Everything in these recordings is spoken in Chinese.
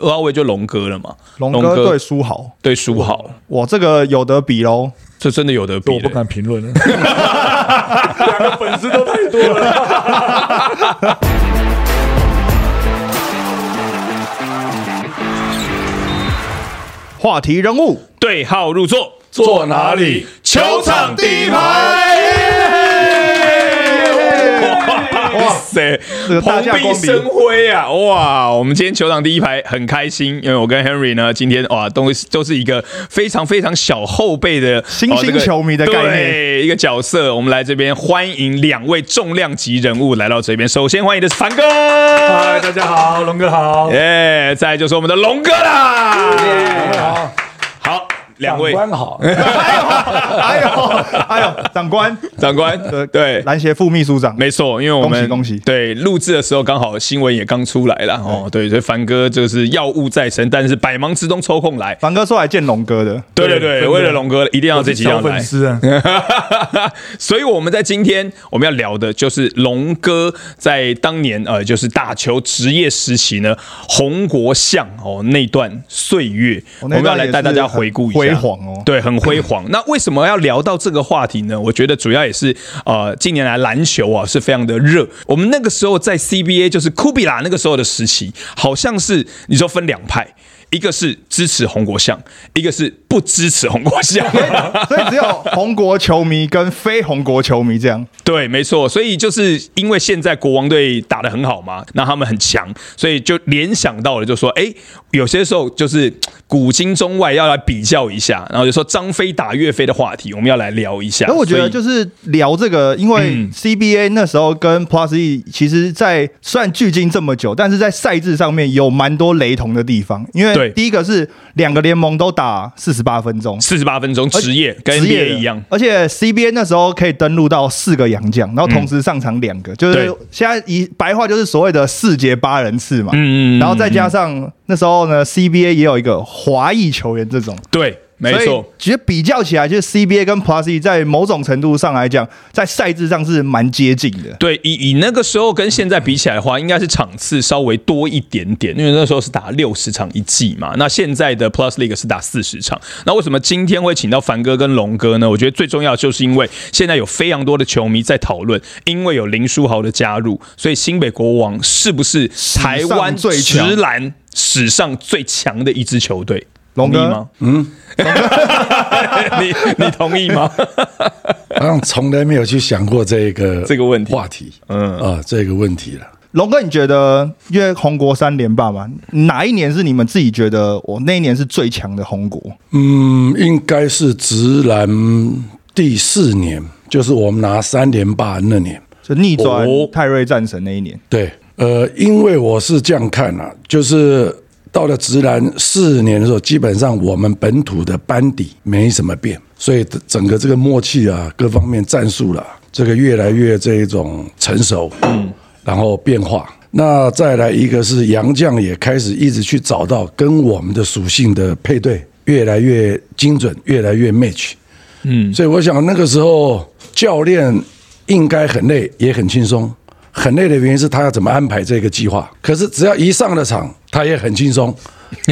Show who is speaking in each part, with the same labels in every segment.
Speaker 1: 二号位就龙哥了嘛，
Speaker 2: 龙
Speaker 1: 龙
Speaker 2: 哥
Speaker 1: 哥
Speaker 2: 对苏豪，
Speaker 1: 对输好，
Speaker 2: 我这个有得比喽。
Speaker 1: 这真的有得
Speaker 3: 我
Speaker 1: 比
Speaker 3: 不
Speaker 1: 的。
Speaker 3: 敢评论了。
Speaker 4: 两个粉丝都太多了。
Speaker 2: 话题人物，
Speaker 1: 对号入座，
Speaker 4: 坐哪里？
Speaker 1: 球场第一哎排。哇塞，
Speaker 2: 这个大驾光
Speaker 1: 蓬荜
Speaker 2: 临
Speaker 1: 生辉啊！哇，我们今天球场第一排很开心，因为我跟 Henry 呢，今天哇，都是都是一个非常非常小后辈的
Speaker 2: 新
Speaker 1: 哦这个
Speaker 2: 兴球迷的概念
Speaker 1: 对一个角色。我们来这边欢迎两位重量级人物来到这边。首先欢迎的是凡哥，
Speaker 4: 嗨，大家好，龙哥好。
Speaker 1: 耶再来就是我们的龙哥啦。
Speaker 4: 好，
Speaker 1: 好，两位
Speaker 4: 长官好，
Speaker 2: 哎呦哎呦，长官，呃
Speaker 1: 长官，对，
Speaker 2: 篮协副秘书长，
Speaker 1: 没错，因为我们
Speaker 2: 恭喜恭喜
Speaker 1: 对录制的时候刚好新闻也刚出来了哦，对，所以凡哥就是药物在身，但是百忙之中抽空来。
Speaker 2: 凡哥说来见龙哥的，
Speaker 1: 对对对，
Speaker 3: 真的
Speaker 1: 为了龙哥一定要这集要
Speaker 3: 小粉
Speaker 1: 来，
Speaker 3: 丝啊，
Speaker 1: 所以我们在今天我们要聊的就是龙哥在当年呃，就是打球职业时期呢，红国巷哦那段岁月，我
Speaker 2: 哦那
Speaker 1: 们要
Speaker 2: 段
Speaker 1: 来
Speaker 2: 也
Speaker 1: 带大
Speaker 2: 是
Speaker 1: 家
Speaker 2: 很
Speaker 1: 回顾一下。
Speaker 2: 辉煌哦
Speaker 1: 对，很辉煌。那为什么要聊到这个话题呢？我觉得主要也是呃，近年来篮球啊是非常的热。我们那个时候在 CBA 就是库比拉那个时候的时期，好像是你说分两派。一个是支持红国象，一个是不支持红国 象。
Speaker 2: 所以只有红国球迷跟非红国球迷这样。
Speaker 1: 对，没错，所以就是因为现在国王队打得很好嘛，那他们很强，所以就联想到了，就说，哎，有些时候就是嘖古今中外要来比较一下，然后就说张飞打岳飞的话题，我们要来聊一下。
Speaker 2: 那我觉
Speaker 1: 所
Speaker 2: 得
Speaker 1: 以
Speaker 2: 就是聊这个，因为
Speaker 1: 嗯
Speaker 2: CBA 那时候跟 Plus E 其实在虽然距今这么久，但是在赛制上面有蛮多雷同的地方。因
Speaker 1: 对
Speaker 2: 为第一个是两个联盟都打四十八分钟，
Speaker 1: 四十八分钟职业跟
Speaker 2: 职业
Speaker 1: NBA 一样，
Speaker 2: 而且 CBA 那时候可以登录到四个洋将，然后同时上场两个，就是
Speaker 1: 嗯对
Speaker 2: 现在以白话就是所谓的四节八人次嘛。
Speaker 1: 嗯嗯嗯
Speaker 2: 然后再加上那时候呢，CBA 也有一个华裔球员这种，
Speaker 1: 对，没
Speaker 2: 所以
Speaker 1: 错，
Speaker 2: 其实比较起来，就是 CBA 跟 Plus E 在某种程度上来讲，在赛制上是蛮接近的。
Speaker 1: 对，以以那个时候跟现在比起来的话，应该是场次稍微多一点点，因为那时候是打六十场一季嘛。那现在的 Plus League 是打四十场。那为什么今天会请到凡哥跟龙哥呢？我觉得最重要就是因为现在有非常多的球迷在讨论，因为有林书豪的加入，所以新北国王是不是台湾
Speaker 2: 史上最
Speaker 1: 直
Speaker 2: 强
Speaker 1: 篮史上最强的一支球队？
Speaker 2: 龙
Speaker 1: 同意
Speaker 2: 哥
Speaker 1: 吗？嗯， 你你同意吗？
Speaker 4: 好像从来没有去想过这个
Speaker 1: 这个问题
Speaker 4: 话题，嗯啊，这个问题了。
Speaker 2: 龙哥，你觉得因为红国三连霸嘛，哪一年是你们自己觉得我那一年是最强的红国？
Speaker 4: 嗯，应该是直男第四年，就是我们拿三连霸那年。
Speaker 2: 就逆转
Speaker 1: 哦
Speaker 2: 泰瑞战神那一 年。
Speaker 4: 对，呃，因为我是这样看啊，就是到了直男四年的时候，基本上我们本土的班底没什么变，所以整个这个默契啊，各方面战术啦、啊这个越来越这一种成熟，嗯，然后变化。那再来一个是杨绛也开始一直去找到跟我们的属性的配对，越来越精准，越来越 match。所以我想那个时候教练应该很累，也很轻松。很累的原因是他要怎么安排这个计划，可是只要一上了场，他也很轻松，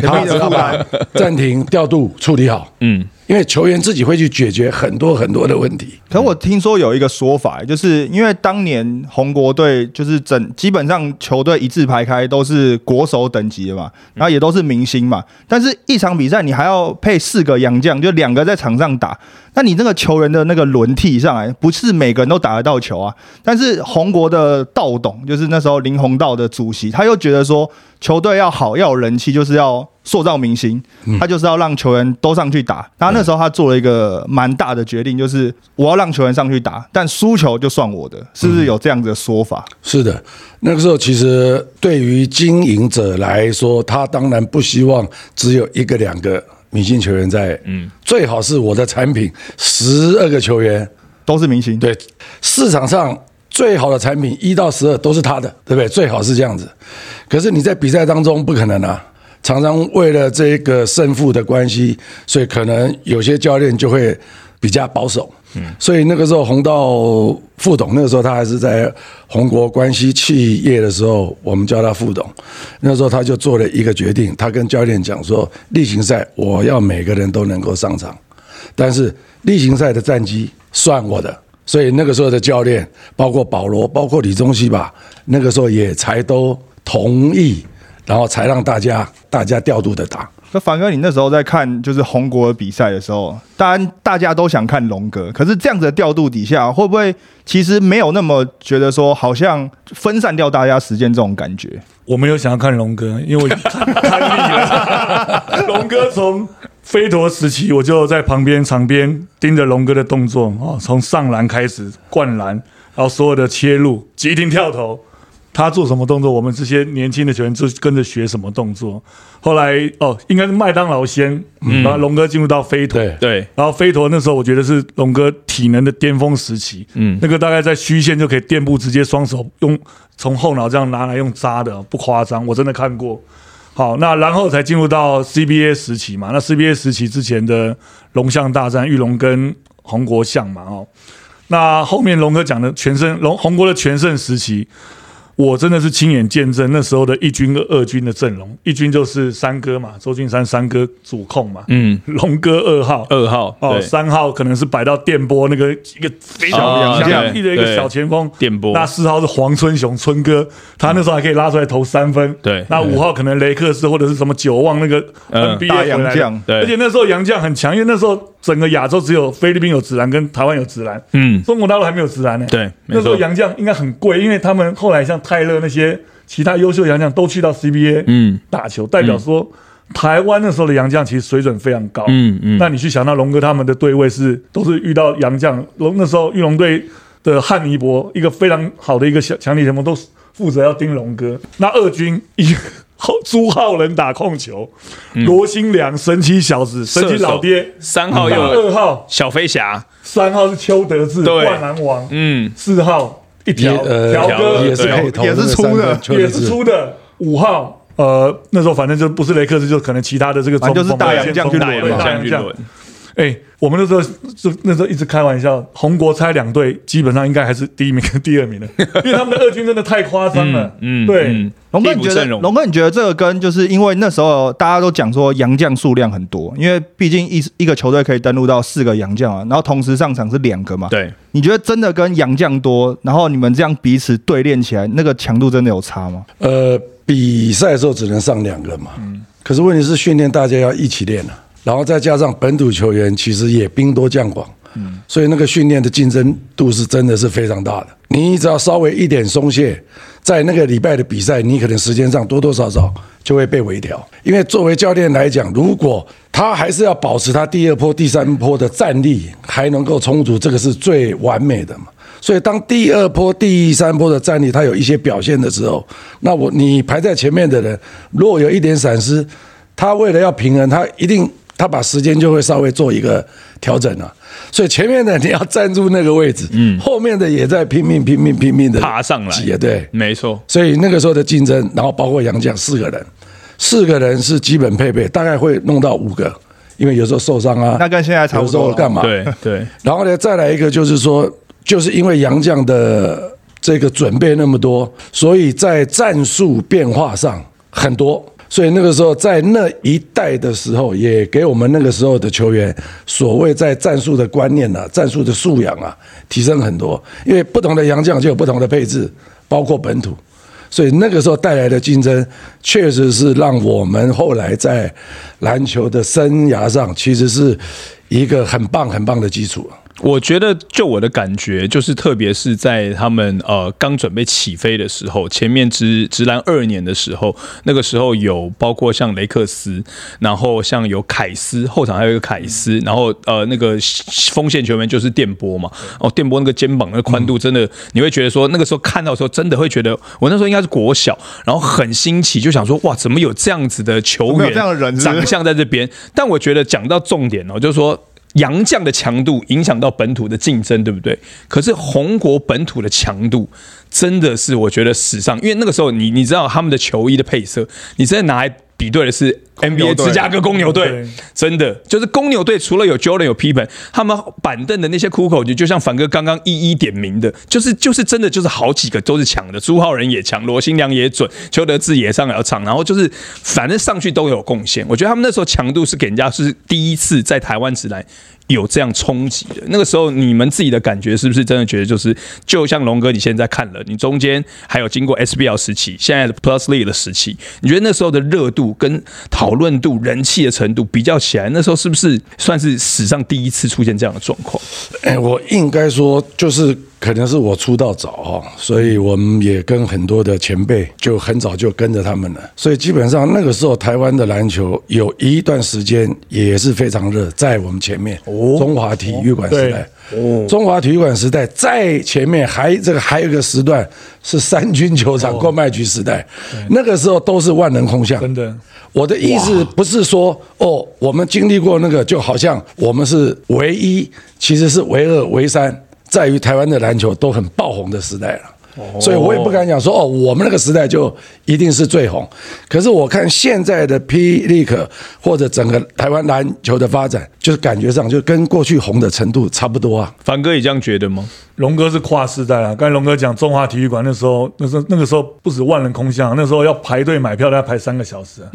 Speaker 4: 他只要把暂 停、调度处理好。嗯，因为球员自己会去解决很多很多的问题。
Speaker 2: 可我听说有一个说法，就是因为当年红国队就是整基本上球队一字排开都是国手等级的嘛，然后也都是明星嘛，但是一场比赛你还要配四个洋将，就两个在场上打，那你这个球员的那个轮替上来，不是每个人都打得到球啊。但是红国的道董就是那时候林鸿道的主席，他又觉得说球队要好要有人气，就是要塑造明星，他就是要让球员都上去打。然后那时候他做了一个蛮大的决定，就是我要让球员上去打，但输球就算我的，是不是有这样子的说法？
Speaker 4: 是的，那个时候其实对于经营者来说，他当然不希望只有一个两个明星球员在，嗯，最好是我的产品十二个球员，
Speaker 2: 都是明星，，
Speaker 4: 对，市场上最好的产品一到十二都是他的，对不对？最好是这样子。可是你在比赛当中不可能啊，常常为了这个胜负的关系，所以可能有些教练就会比较保守，嗯，所以那个时候洪道副董，那个时候他还是在宏国关系企业的时候，我们叫他副董。那时候他就做了一个决定，他跟教练讲说，例行赛我要每个人都能够上场，但是例行赛的战绩算我的。所以那个时候的教练，包括保罗，包括李宗熙吧，那个时候也才都同意，然后才让大家大家调度的打。
Speaker 2: 那凡哥，你那时候在看就是红国的比赛的时候，当然大家都想看龙哥，可是这样子的调度底下，会不会其实没有那么觉得说好像分散掉大家时间这种感觉？
Speaker 3: 我没有想要看龙哥，因为我已经看看腻了。龙哥从飞陀时期，我就在旁边场边盯着龙哥的动作哦，从上篮开始灌篮，然后所有的切入、急停跳投，他做什么动作，我们这些年轻的球员就跟着学什么动作。后来哦，应该是麦当劳先，然后龙哥进入到飞陀，
Speaker 4: 对
Speaker 1: 对，
Speaker 3: 然后飞陀那时候我觉得是龙哥体能的巅峰时期，嗯，那个大概在虚线就可以垫步，直接双手用从后脑这样拿来用扎的，不夸张，我真的看过。好，那然后才进入到 CBA 时期嘛，那 CBA 时期之前的龙象大战，玉龙跟红国象嘛，哦，那后面龙哥讲的全胜龙红国的全胜时期，我真的是亲眼见证那时候的一军跟二军的阵容，一军就是三哥嘛，周俊山三哥主控嘛，嗯，龙哥二号，
Speaker 1: 二号
Speaker 3: 哦，
Speaker 1: 对
Speaker 3: 三号可能是摆到电波那个一个非
Speaker 1: 啊
Speaker 3: 常
Speaker 1: 对
Speaker 3: 像一的
Speaker 1: 对
Speaker 3: 一个小前锋，
Speaker 1: 电波
Speaker 3: 那四号是黄春雄春哥，他那时候还可以拉出来投三分。
Speaker 1: 嗯对
Speaker 3: 那五号可能雷克斯或者是什么九望那个
Speaker 1: 嗯
Speaker 3: NBA
Speaker 2: 大
Speaker 3: 回来
Speaker 2: 洋
Speaker 3: 的
Speaker 2: 将
Speaker 1: 对
Speaker 3: 而且那时候洋将很强，因为那时候整个亚洲只有菲律宾有直男跟台湾有直男，
Speaker 1: 嗯
Speaker 3: 中国大陆还没有直男呢。
Speaker 1: 对没错
Speaker 3: 那时候洋将应该很贵，因为他们后来像泰勒那些其他优秀洋将都去到 CBA
Speaker 1: 嗯
Speaker 3: 打球，代表说。台湾那时候的洋将其实水准非常高，
Speaker 1: 嗯嗯
Speaker 3: 那你去想到龙哥他们的对位是都是遇到洋将，龙那时候玉龙队的汉尼伯一个非常好的一个小强力前锋，都是负责要盯龙哥。那二军 一后朱浩仁打控球，罗新良神奇小子，神奇老爹，
Speaker 1: 嗯三号
Speaker 3: 打
Speaker 1: 又
Speaker 2: 嗯
Speaker 3: 二
Speaker 1: 有
Speaker 3: 号，
Speaker 1: 小飞侠，
Speaker 3: 三号是邱德志，
Speaker 1: 对
Speaker 3: 灌篮王，
Speaker 1: 嗯，
Speaker 3: 四号一条条哥
Speaker 4: 呃也是
Speaker 1: 对
Speaker 4: 配投，
Speaker 2: 呃也是粗的
Speaker 3: 也是出的五号。呃，那时候反正就不是雷克斯，就可能其他的这个中
Speaker 2: 反正就是
Speaker 3: 锋
Speaker 2: 大洋将去
Speaker 1: 大
Speaker 2: 轮
Speaker 1: 洋
Speaker 2: 嘛。
Speaker 1: 将军轮，
Speaker 3: 哎、我们那时候就那时候一直开玩笑，红国猜两队基本上应该还是第一名 跟第二名的，因为他们的二军真的太夸张了。
Speaker 1: 嗯，
Speaker 3: 对。
Speaker 1: 嗯
Speaker 2: 龙哥，
Speaker 1: 替
Speaker 2: 你
Speaker 1: 补
Speaker 2: 觉得
Speaker 1: 阵容
Speaker 2: 龙哥，你觉得这个跟就是因为那时候大家都讲说洋将数量很多，因为毕竟一一个球队可以登录到四个洋将啊，然后同时上场是两个嘛。
Speaker 1: 对，
Speaker 2: 你觉得真的跟洋将多，然后你们这样彼此对练起来，那个强度真的有差吗？
Speaker 4: 呃，比赛的时候只能上两个嘛，可是问题是训练大家要一起练啊，然后再加上本土球员其实也兵多将广，所以那个训练的竞争度是真的是非常大的。你只要稍微一点松懈，在那个礼拜的比赛，你可能时间上多多少少就会被微调。因为作为教练来讲，如果他还是要保持他第二波、第三波的战力还能够充足，这个是最完美的嘛。所以当第二波、第三波的战力他有一些表现的时候，那我你排在前面的人，如果有一点闪失，他为了要平衡，他一定他把时间就会稍微做一个调整了、所以前面的你要站住那个位置，嗯，后面的也在拼命、拼命、拼命的
Speaker 1: 爬上来
Speaker 4: 也对，
Speaker 1: 没错，
Speaker 4: 所以那个时候的竞争，然后包括杨绛四个人，四个人是基本配备，大概会弄到五个，因为有时候受伤啊，
Speaker 2: 那跟现在差不多了
Speaker 4: 有时候干嘛？
Speaker 1: 对对，
Speaker 4: 然后呢，再来一个就是说，就是因为杨绛的这个准备那么多，所以在战术变化上很多。所以那个时候，在那一代的时候，也给我们那个时候的球员所谓在战术的观念啊、战术的素养啊，提升很多。因为不同的洋将就有不同的配置，包括本土。所以那个时候带来的竞争，确实是让我们后来在篮球的生涯上，其实是一个很棒很棒的基础。
Speaker 1: 我觉得，就我的感觉，就是特别是在他们呃刚准备起飞的时候，前面直直男二年的时候，那个时候有包括像雷克斯，然后像有凯斯，后场还有一个凯斯，
Speaker 2: 嗯
Speaker 1: 然后呃那个锋线球员就是电波嘛，哦电波那个肩膀那个宽度真的，你会觉得说那个时候看到的时候，真的会觉得我那时候应该是国小，然后很新奇，就想说哇怎么有这样子的球
Speaker 2: 怎么有
Speaker 1: 员，
Speaker 2: 这样的人是不是
Speaker 1: 长相 像在这边，但我觉得讲到重点哦，就是说洋将的强度影响到本土的竞争，对不对？可是红国本土的强度真的是我觉得史上，因为那个时候你你知道他们的球衣的配色，你真的拿来。比对的是 NBA
Speaker 2: 牛队
Speaker 1: 芝加哥公牛队
Speaker 3: 对，
Speaker 1: 真的就是公牛队除了有 Jordan 有 Pippen，他们板凳的那些苦口就就像凡哥刚刚一一点名的，就是就是真的就是好几个都是强的，朱浩仁也强，罗新良也准，邱德志也上了场，然后就是反正上去都有贡献。我觉得他们那时候强度是给人家是第一次在台湾直男有这样冲击的。那个时候你们自己的感觉是不是真的觉得就是，就像龙哥你现在看了，你中间还有经过 SBL 时期，现在的 Plus League 的时期，你觉得那时候的热度跟讨论度、人气的程度比较起来，那时候是不是算是史上第一次出现这样的状况？
Speaker 4: 哎，我应该说，就是可能是我出道早哦，所以我们也跟很多的前辈就很早就跟着他们了，所以基本上那个时候台湾的篮球有一段时间也是非常热，在我们前面，中华体育馆时代，中华体育馆时代在前面还这个还有一个时段是三军球场购买局时代，那个时候都是万人空巷，
Speaker 3: 真的。
Speaker 4: 我的意思不是说哦，我们经历过那个，就好像我们是唯一，其实是唯二、唯三，在于台湾的篮球都很爆红的时代了。
Speaker 2: 哦
Speaker 4: 所以我也不敢讲说哦，我们那个时代就一定是最红。可是我看现在的霹雳可或者整个台湾篮球的发展，就是感觉上就跟过去红的程度差不多啊。
Speaker 1: 凡哥也这样觉得吗？
Speaker 3: 龙哥是跨世代啊，刚才龙哥讲中华体育馆那时候，那时候那个时候不止万人空巷，那时候要排队买票，大概排三个小时、啊，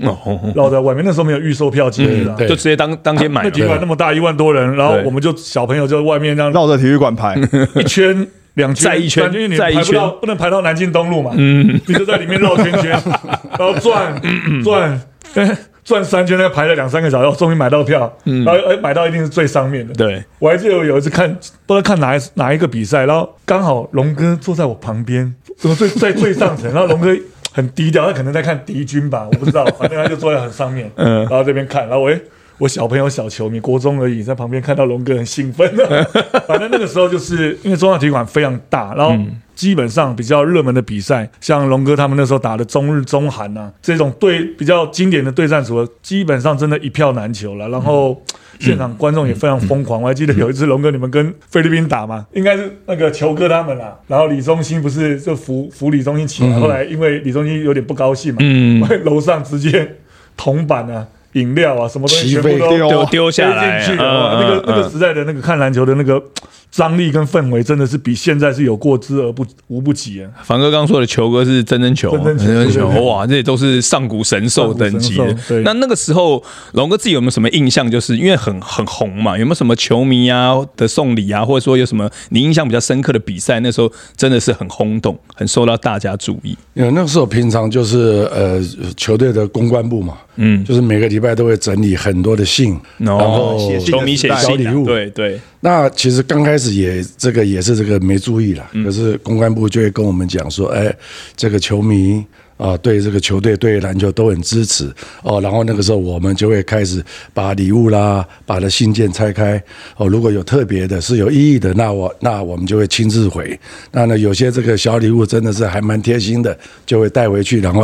Speaker 3: 绕在外面。那时候没有预售票机制啊，
Speaker 4: 对
Speaker 1: 就直接当当天买
Speaker 3: 那体育馆
Speaker 1: 了，
Speaker 3: 那么大，一万多人，然后
Speaker 1: 对
Speaker 3: 我们就小朋友就在外面这样
Speaker 2: 绕着体育馆 排，
Speaker 3: 一圈。两圈
Speaker 1: 再一圈
Speaker 3: 三因为你
Speaker 1: 再一
Speaker 3: 排不到，
Speaker 1: 圈
Speaker 3: 不能排到南京东路嘛，嗯，你就在里面绕圈 圈，然后转
Speaker 1: 嗯
Speaker 3: 转，哎转三圈，再排了两三个小时，哦终于买到票，然后哎买到一定是最上面的，
Speaker 1: 嗯对，
Speaker 3: 我还记得我有一次看，不知道看哪一哪一个比赛，然后刚好龙哥坐在我旁边，怎么最 在最上层，然后龙哥很低调，他可能在看敌军吧，我不知道，反正他就坐在很上面，嗯，然后这边看，然后我。诶我小朋友小球迷，国中而已，在旁边看到龙哥很兴奋。 反正那个时候就是因为中央体育馆非常大，然后基本上比较热门的比赛，像龙哥他们那时候打的中日、中韩啊，这种对比较经典的对战组合，基本上真的一票难求了。然后现场观众也非常疯狂，我还记得有一次龙哥你们跟菲律宾打嘛，应该是那个球哥他们啦，然后李宗兴不是就扶扶李宗兴起来，后来因为李宗兴有点不高兴嘛，
Speaker 1: 嗯，
Speaker 3: 楼上直接铜板啊、饮料啊什么东西全部
Speaker 4: 起飞
Speaker 3: 都
Speaker 2: 丢
Speaker 1: 丢丢下来，
Speaker 3: 飞进去了哇
Speaker 1: 嗯
Speaker 3: 那个那个
Speaker 1: 嗯
Speaker 3: 时代的那个看篮球的那个张力跟氛围，真的是比现在是有过之而不无不及啊！
Speaker 1: 凡哥刚说的球哥是真真球，
Speaker 3: 真真球对对
Speaker 1: 哇，这都是上古神兽等级
Speaker 3: 上
Speaker 1: 的
Speaker 3: 古神兽。对
Speaker 1: 那那个时候，龙哥自己有没有什么印象？就是因为很很红嘛，有没有什么球迷啊的送礼啊，或者说有什么你印象比较深刻的比赛？那时候真的是很轰动，很受到大家注意。
Speaker 4: 因为那个时候平常就是呃球队的公关部嘛，嗯，就是每个礼拜都会整理很多的信，
Speaker 1: 然后
Speaker 2: 哦写信的
Speaker 1: 球迷写
Speaker 2: 时代
Speaker 1: 信
Speaker 4: 小
Speaker 1: 啊
Speaker 4: 礼物
Speaker 1: 对对，
Speaker 4: 那其实刚开始也这个也是这个没注意啦，可是公关部就会跟我们讲说，哎，这个球迷啊，对这个球队对篮球都很支持哦。然后那个时候我们就会开始把礼物啦，把的信件拆开哦。如果有特别的是有意义的，那我那我们就会亲自回。那呢，有些这个小礼物真的是还蛮贴心的，就会带回去，然后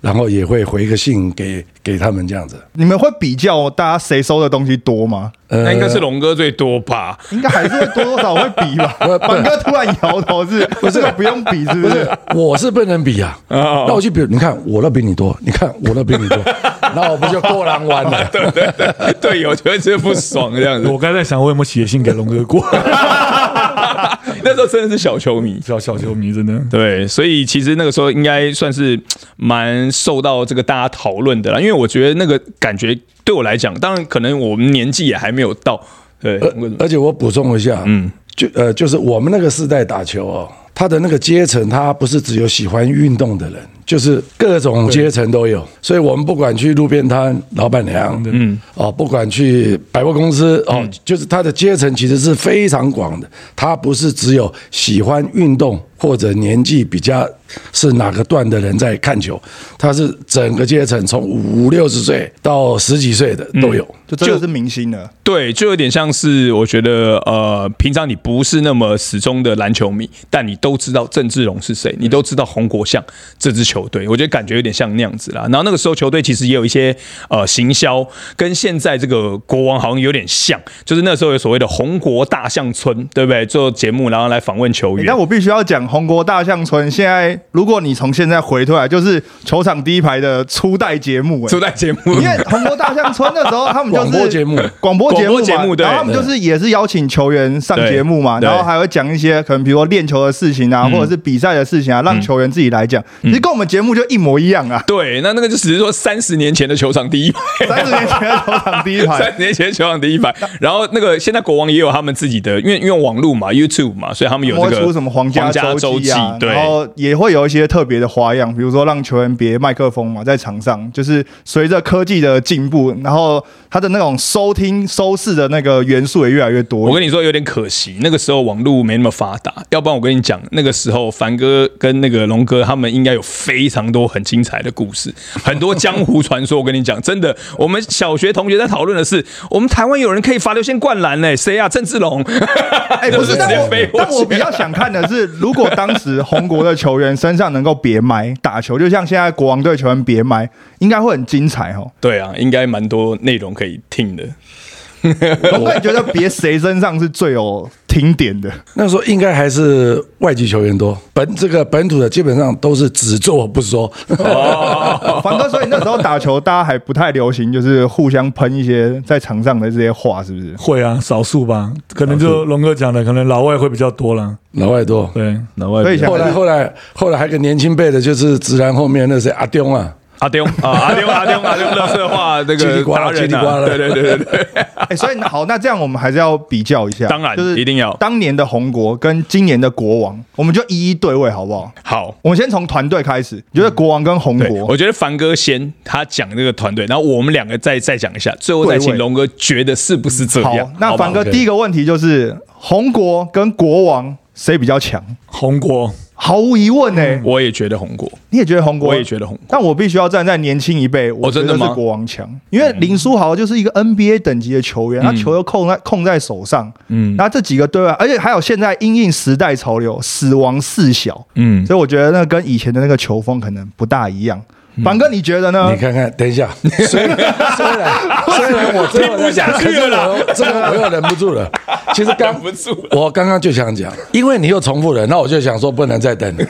Speaker 4: 然后也会回个信给给他们这样子。
Speaker 2: 你们会比较大家谁收的东西多吗？
Speaker 3: 呃
Speaker 1: 那应该是龙哥最多吧？
Speaker 2: 应该还是会多多少会比 吧。本哥突然摇头是，这个不用比是不是？
Speaker 4: 我是不能比啊，
Speaker 1: 哦
Speaker 4: 那我去比，你看我那比你多，你看我那比你多，那我不就过狼玩了？
Speaker 1: 对对对，队友就会觉得不爽这样子
Speaker 3: 我。刚才在想，我有没有写信给龙哥 过？
Speaker 1: 那时候真的是小球迷。
Speaker 3: 小小球迷真的。
Speaker 1: 对，所以其实那个时候应该算是蛮受到这个大家讨论的啦，因为我觉得那个感觉对我来讲，当然可能我们年纪也还没有到，对，
Speaker 4: 而而且我补充一下，嗯，就呃，就是我们那个世代打球哦，他的那个阶层，他不是只有喜欢运动的人，就是各种阶层都有。所以我们不管去路边摊老板娘，嗯，哦，不管去百货公司，哦，就是他的阶层其实是非常广的，他不是只有喜欢运动或者年纪比较是哪个段的人在看球，他是整个阶层从五六十岁到十几岁的都有。
Speaker 2: 就真的是明星了，
Speaker 1: 对，就有点像是我觉得呃，平常你不是那么始终的篮球迷，但你都知道郑志荣是谁，你都知道洪国相这支球球队，我觉得感觉有点像那样子啦。然后那个时候球队其实也有一些呃行销，跟现在这个国王好像有点像，就是那时候有所谓的红国大象村，对不对？做节目然后来访问球员
Speaker 2: 欸但。我必须要讲，红国大象村现在，如果你从现在回退来，就是球场第一排的初代节目、
Speaker 1: 出
Speaker 2: 欸。
Speaker 1: 在节目，
Speaker 2: 因为红国大象村那时候，他 们就是
Speaker 4: 广播节目
Speaker 2: 广播节目
Speaker 1: 广
Speaker 2: 嘛
Speaker 1: 播节目对
Speaker 2: 然后他们就是也是邀请球员上节目嘛，
Speaker 1: 对。
Speaker 2: 然后还会讲一些可能比如说练球的事情啊，或者是比赛的事情啊，让球员自己来讲，其实跟我们节目就一模一样啊
Speaker 1: 对，那那个就只是说三十年前的球场第一排。
Speaker 2: 三十年前的球场第一排
Speaker 1: 三，十年前球场第一排，然后那个现在国王也有他们自己的，因为因为网络嘛，YouTube 嘛，所以他们有
Speaker 2: 摸
Speaker 1: 这个
Speaker 2: 出什么皇家
Speaker 1: 周
Speaker 2: 周
Speaker 1: 记
Speaker 2: 啊，，
Speaker 1: 对
Speaker 2: 然后也会有一些特别的花样，比如说让球员别麦克风嘛，在场上就是随着科技的进步，然后它的那种收听收视的那个元素也越来越多。
Speaker 1: 我跟你说有点可惜，那个时候网络没那么发达，要不然我跟你讲，那个时候凡哥跟那个龙哥他们应该有非常多很精彩的故事，很多江湖传说。我跟你讲，真的，我们小学同学在讨论的是，我们台湾有人可以罚流线灌篮嘞、谁啊？郑志龙，
Speaker 2: 哎，不是，
Speaker 1: 直
Speaker 2: 但
Speaker 1: 接
Speaker 2: 我
Speaker 1: 飞过
Speaker 2: 但
Speaker 1: 去
Speaker 2: 我
Speaker 1: 啊
Speaker 2: 比。较想看的是，如果当时红国的球员身上能够别麦打球，就像现在国王队球员别麦，应该会很精彩哦。
Speaker 1: 对啊，应该蛮多内容可以听 的。
Speaker 2: 我个人觉得别谁身上是最有听点的。
Speaker 4: 那时候应该还是外籍球员多，本这个本土的基本上都是只做不说。
Speaker 2: 凡哥，所以那时候打球，大家还不太流行，就是互相喷一些在场上的这些话，是不是？
Speaker 3: 会啊，少数吧，可能就龙哥讲的，可能老外会比较多啦。
Speaker 4: 老外多，
Speaker 3: 对，
Speaker 2: 所以想
Speaker 4: 后来后来后来还有个年轻辈的，就是直男后面那谁阿丢啊，
Speaker 1: 阿丢啊，阿丢阿丢阿 丢，乐色话这
Speaker 4: 叽
Speaker 1: 个
Speaker 4: 里呱啦
Speaker 1: 达人啊
Speaker 4: 叽里呱啦
Speaker 1: 对对对对 对。
Speaker 2: 哎、所以好，那这样我们还是要比较一下，
Speaker 1: 当然
Speaker 2: 就是
Speaker 1: 一定要
Speaker 2: 当年的红国跟今年的国王，我们就一一对位，好不好？
Speaker 1: 好，
Speaker 2: 我们先从团队开始，你觉得国王跟红
Speaker 1: 对，
Speaker 2: 国
Speaker 1: 我觉得凡哥先他讲这个团队，然后我们两个再再讲一下，最后再
Speaker 2: 对
Speaker 1: 请
Speaker 2: 位
Speaker 1: 龙哥觉得是不是这
Speaker 2: 好
Speaker 1: 样？？
Speaker 2: 那
Speaker 1: 好吧
Speaker 2: 凡哥第一个问题就是红国跟国王谁比较强？
Speaker 3: 红国
Speaker 2: 毫无疑问欸呢、
Speaker 1: 我也觉得红果，
Speaker 2: 你也觉得红国？
Speaker 1: 我也觉得红国哦
Speaker 2: 但我必须要站在年轻一辈，我觉
Speaker 1: 真的
Speaker 2: 得是
Speaker 1: 吗嗯
Speaker 2: 国王强，因为林书豪就是一个 NBA 等级的球员，他球又控在控在手上，嗯，然后这几个对外，而且还有现在因应时代潮流，死亡四小，
Speaker 1: 嗯，
Speaker 2: 所以我觉得那跟以前的那个球风可能不大一样。
Speaker 1: 嗯
Speaker 2: 凡哥，你觉得呢
Speaker 4: 你？看看，等一下，啊 虽然虽然虽然我最后
Speaker 1: 听不下去了啦
Speaker 4: 这个我又忍不住了。其实刚
Speaker 1: 忍不住了
Speaker 4: 我刚刚就想讲，因为你又重复了，那我就想说不能 再等了。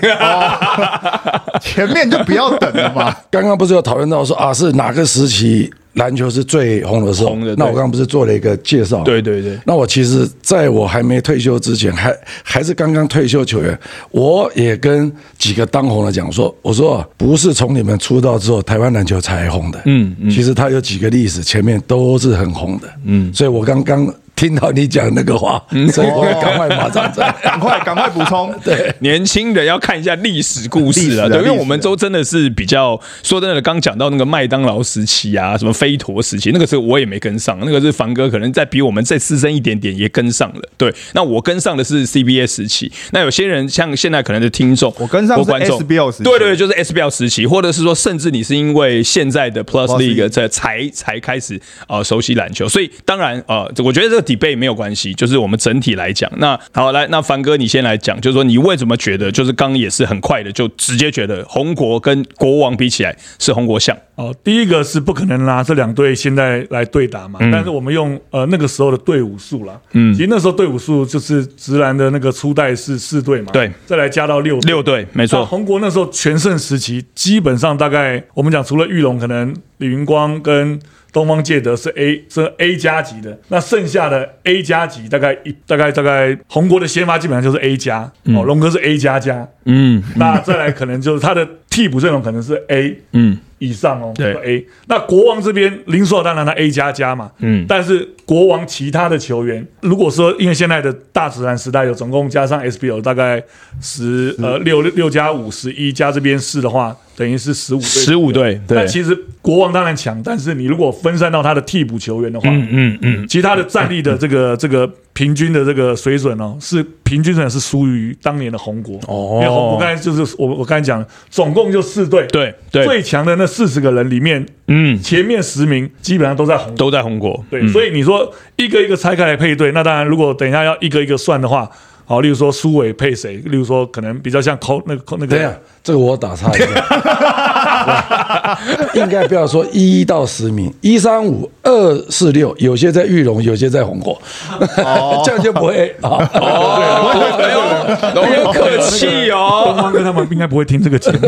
Speaker 2: 前面就不要等了 嘛。
Speaker 4: 刚刚不是有讨论到说啊，是哪个时期篮球是最红的时候
Speaker 1: 红的？对
Speaker 4: 那我刚刚不是做了一个介绍？
Speaker 1: 对对对
Speaker 4: 那我其实在我还没退休之前，还还是刚刚退休球员，我也跟几个当红的讲说，我说不是从你们出道之后台湾篮球才红的，嗯，其实它有几个历史前面都是很红的，嗯，所以我刚刚听到你讲那个话，所以我要赶快马上在。
Speaker 2: 哦赶快，赶快补 充。对，
Speaker 1: 年轻人要看一下历史故事啊，
Speaker 2: 历史啊
Speaker 1: 对，因为
Speaker 2: 历史啊
Speaker 1: 我们都真的是比较说真的，刚讲到那个麦当劳时期啊，什么飞陀时期，那个时候我也没跟上，那个是凡哥可能再比我们再资深一点点也跟上了，对，那我跟上的是 CBA 时期，那有些人像现在可能的听众，
Speaker 2: 我跟上
Speaker 1: 或
Speaker 2: 是
Speaker 1: 观众
Speaker 2: SBL 时期
Speaker 1: 对对，对就是 SBL 时期，或者是说，甚至你是因为现在的 Plus
Speaker 2: Plus
Speaker 1: League
Speaker 2: League
Speaker 1: 在才才开始呃熟悉篮球，所以当然呃，我觉得这个 debate 没有关系，就是我们整体来讲，那好来，那凡哥你先来讲，就是说你为什么觉得，就是刚刚也是很快的就直接觉得红国跟国王比起来是红国像，
Speaker 3: 哦，第一个是不可能拿这两队现在来对打嘛，但是我们用呃那个时候的队伍数啦，嗯，其实那时候队伍数就是直男的那个初代是四队嘛，
Speaker 1: 对
Speaker 3: 再来加到六
Speaker 1: 六队没
Speaker 3: 那
Speaker 1: 错，
Speaker 3: 啊红国那时候全盛时期，基本上大概我们讲除了玉龙，可能李云光跟东方介德是 A 是 A 加级的，那剩下的 A 加级大概一大概大概红国的先发基本上就是 A 加，哦，龙哥是 A 加加，
Speaker 1: 嗯
Speaker 3: 那再来可能就是他的替补阵容可能是 A，
Speaker 1: 嗯，
Speaker 3: 以上哦，
Speaker 1: 对
Speaker 3: A。那国王这边林书豪当然他 A 加加嘛，
Speaker 1: 嗯
Speaker 3: 但是国王其他的球员，如果说因为现在的大自然时代有总共加上 SBL 大概十呃六六加五十一加这边四的话，等于是十五
Speaker 1: 十五队对
Speaker 3: 那，其实国王当然强，但是你如果分散到他的替补球员的话，
Speaker 1: 嗯嗯
Speaker 3: 其他的战力的这个这个平均的这个水准哦，是平均水准是输于当年的红国
Speaker 1: 哦
Speaker 3: 因为红国刚才就是我我刚才讲了，总共就四队，
Speaker 1: 对对
Speaker 3: 最强的那四十个人里面，
Speaker 1: 嗯，
Speaker 3: 前面十名基本上都在红国，
Speaker 1: 都在红国，
Speaker 3: 对，所以你说一个一个拆开来配对，那当然如果等一下要一个一个算的话。好，例如说苏伟配谁，例如说可能比较像扣那个扣那
Speaker 4: 等一下
Speaker 1: 啊
Speaker 3: 个，，
Speaker 4: 啊这个我打岔一下，应该不要说一到十名，一三五、二四六，有些在玉龙，有些在红火， 这样就不会啊。
Speaker 1: 哎呦，龙哥客气
Speaker 3: 东
Speaker 1: 哦。
Speaker 3: 方哥他们应该不会听这个节目。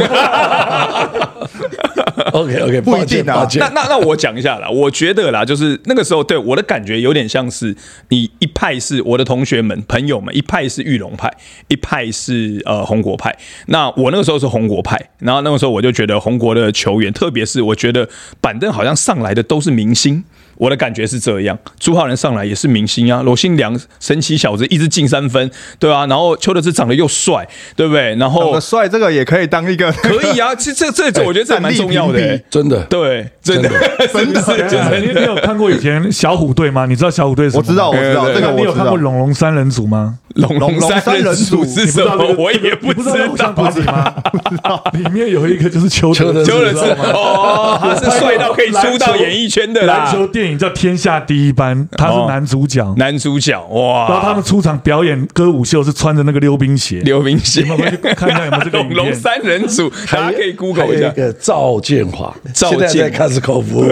Speaker 4: OK OK，
Speaker 2: 不
Speaker 4: 抱
Speaker 2: 一定
Speaker 4: 歉
Speaker 2: 啊
Speaker 4: 抱歉
Speaker 1: 那。那那我讲一下啦，我觉得啦，就是那个时候对我的感觉有点像是你一派是我的同学们朋友们，一派是玉龙派，一派是呃红国派。那我那个时候是红国派，然后那个时候我就觉得红国的球员，特别是我觉得板凳好像上来的都是明星。我的感觉是这样，朱浩然上来也是明星啊，罗新良神奇小子一直进三分，对啊，然后邱德志长得又帅，对不对？然
Speaker 2: 长
Speaker 1: 后
Speaker 2: 得帅这个也可以当 一个
Speaker 1: 可以啊，这这这这，我觉得这蛮重要的、
Speaker 2: 战力
Speaker 1: 欸
Speaker 2: 评。
Speaker 4: 真的，
Speaker 1: 对，真的， 真的，真的。
Speaker 3: 啊你你有看过以前小虎队吗？你知道小虎队是什么
Speaker 2: 我
Speaker 3: 吗
Speaker 2: 知道，我知道
Speaker 1: 对对
Speaker 2: 这
Speaker 1: 对
Speaker 2: 个
Speaker 3: 那你
Speaker 2: 我
Speaker 3: 有
Speaker 2: 知
Speaker 3: 看过
Speaker 2: 道
Speaker 3: 《。龙龙三人组》吗？
Speaker 1: 龙龙三人组是什么？我也不知
Speaker 3: 你不知道
Speaker 1: 道。
Speaker 3: 偶像团体 吗？不知道，里面有一个就是邱
Speaker 4: 邱德
Speaker 3: 德志
Speaker 4: 志
Speaker 1: 丢人是哦，他是帅到可以出到演艺圈的
Speaker 3: 篮
Speaker 1: 啦，哦
Speaker 3: 球电影叫《天下第一班》，他是男主角，
Speaker 1: 男主角
Speaker 3: 然后他
Speaker 1: 哇，
Speaker 3: 们出场表演歌舞秀是穿着那个溜冰鞋，
Speaker 1: 刘明星
Speaker 3: 你们去看一下有没有这个影
Speaker 1: 龙
Speaker 3: 片
Speaker 1: 龙三人组，大家可以 Google 一
Speaker 4: 还有
Speaker 1: 下
Speaker 4: 一。个赵建华，
Speaker 1: 赵
Speaker 4: 现在
Speaker 1: 建
Speaker 4: 在 Costco 服务，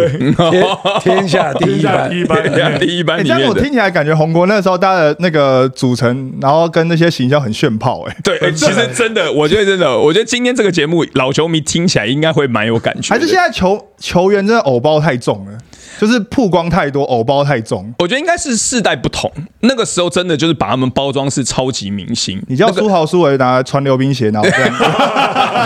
Speaker 4: 天天下第
Speaker 3: 天
Speaker 4: 一
Speaker 3: 下
Speaker 4: 班
Speaker 3: 第。一班里
Speaker 1: 对啊
Speaker 3: 面。
Speaker 1: 第一班
Speaker 2: 哎，
Speaker 1: 里
Speaker 2: 这样
Speaker 1: 面
Speaker 2: 我
Speaker 1: 的
Speaker 2: 听起来感觉红国那时候大家的那个组成，然后跟那些形象很炫炮，哎，
Speaker 1: 对，哎其实真的，我觉得真的，我觉得今天这个节目老球迷听起来应该会蛮有感觉的。
Speaker 2: 还是现在球球员真的偶包太重了，就是曝光太多，偶包太重。
Speaker 1: 我觉得应该是世代不同，那个时候真的就是把他们包装是超级明星。
Speaker 2: 你叫苏豪苏维拿穿溜冰鞋，然后 这样，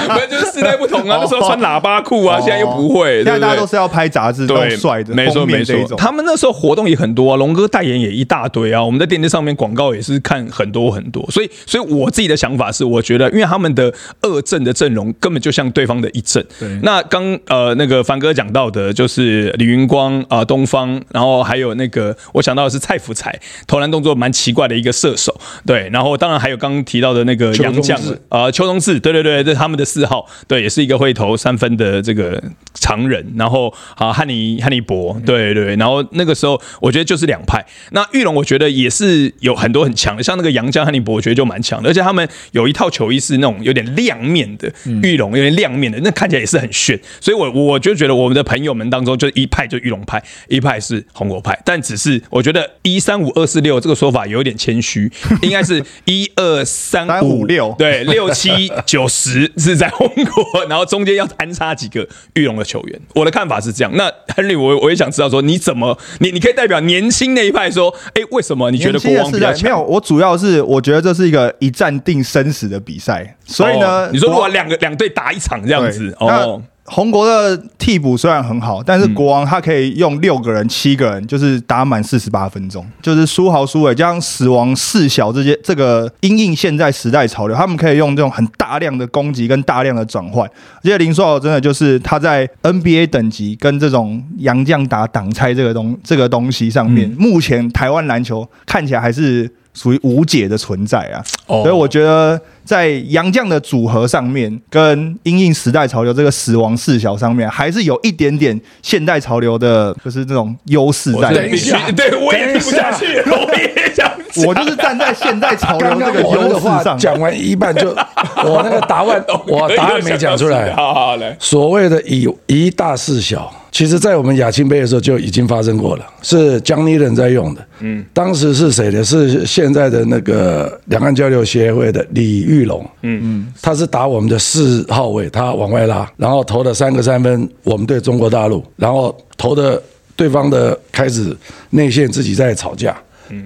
Speaker 1: 不是就是世代不同啊，那时候穿喇叭裤啊，现在又不会，
Speaker 2: 哦现
Speaker 1: 对
Speaker 2: 在
Speaker 1: 不
Speaker 2: 大家都
Speaker 1: 对？
Speaker 2: 是要拍杂志，那
Speaker 1: 对，
Speaker 2: 种帅的，
Speaker 1: 没错
Speaker 2: 封面
Speaker 1: 没
Speaker 2: 这一
Speaker 1: 错。
Speaker 2: 种
Speaker 1: 他们那时候活动也很多啊，龙哥代言也一大堆啊，我们在电视上面广告也是看很多很多。所以，所以我自己的想法是，我觉得因为他们的二阵的阵容根本就像对方的一阵。那刚呃那个凡哥讲到的，就是李云光啊、呃东方，然后还有那个我想到的是蔡福才，投篮动作蛮奇怪的一个射手。对，然后当然还有刚刚提到的那个
Speaker 4: 邱
Speaker 1: 杨
Speaker 4: 中
Speaker 1: 将
Speaker 4: 志
Speaker 1: 呃，邱东志，对对对，这是他们的四号，对，也是一个会投三分的这个常人。然后啊，汉尼汉尼
Speaker 2: 嗯
Speaker 1: 伯，对对。然后那个时候，我觉得就是两派。那玉龙，我觉得也是有很多很强的，像那个杨江汉尼伯，我觉得就蛮强的。而且他们有一套球衣是那种有点亮面的，
Speaker 2: 嗯
Speaker 1: 玉龙有点亮面的，那看起来也是很炫。所以我我就觉得我们的朋友们当中，就一派就玉龙派，一派是红国派。但只是我觉得一三五二四六这个说法有一点谦虚，应该是一二三
Speaker 2: 三五六
Speaker 1: 对，六七九十是在红国，然后中间要安插几个玉龙的球员。我的看法是这样。那 Henry，我我也想知道说，你怎么，你你可以代表年轻那一派说，哎、为什么你觉得
Speaker 2: 年
Speaker 1: 国
Speaker 2: 轻的
Speaker 1: 王
Speaker 2: 世
Speaker 1: 比较
Speaker 2: 代没
Speaker 1: 强
Speaker 2: 有，？我主要是我觉得这是一个一战定生死的比赛，
Speaker 4: 哎
Speaker 2: 所以呢，
Speaker 1: 哦你说如
Speaker 2: 国
Speaker 1: 果两个两队打一场这样子
Speaker 2: 对，
Speaker 1: 哦，嗯
Speaker 2: 那红国的替补虽然很好，但是国王他可以用六个人、七个人，就是打满四十八分钟，就是苏豪、苏伟加上死亡四小这些，这个因应现在时代潮流，他们可以用这种很大量的攻击跟大量的转换。而且林书豪真的就是他在 NBA 等级跟这种洋将打挡拆这个东这个东西上面，
Speaker 1: 嗯
Speaker 2: 目前台湾篮球看起来还是属于无解的存在啊。
Speaker 1: 哦
Speaker 2: 所以我觉得在杨绛的组合上面，跟英印时代潮流这个死亡四小上面，还是有一点点现代潮流的，就是这种优势
Speaker 1: 我
Speaker 2: 在
Speaker 1: 真
Speaker 2: 里
Speaker 1: 的
Speaker 2: 面。
Speaker 1: 必须
Speaker 4: 等一 下
Speaker 1: 对我也听不下去了，我也想讲。
Speaker 2: 我就是站在现代潮流
Speaker 4: 刚
Speaker 2: 这
Speaker 4: 刚
Speaker 2: 个
Speaker 4: 我那
Speaker 2: 优
Speaker 4: 个
Speaker 2: 势
Speaker 4: 话
Speaker 2: 上，
Speaker 4: 讲完一半就，我那个答 案我答案没讲出来。
Speaker 1: 好好来，
Speaker 4: 所谓的以一大四小，其实在我们亚青杯的时候就已经发生过了，是江尼人在用的。嗯，当时是谁呢？是现在的那个两岸交流协会的李玉龙。嗯嗯，他是打我们的四号位，他往外拉，然后投了三个三分，我们对中国大陆，然后投的对方的开始内线自己在吵架。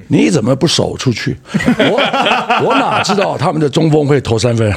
Speaker 4: 你怎么不守出去？我 我哪知道他们的中锋会投三分？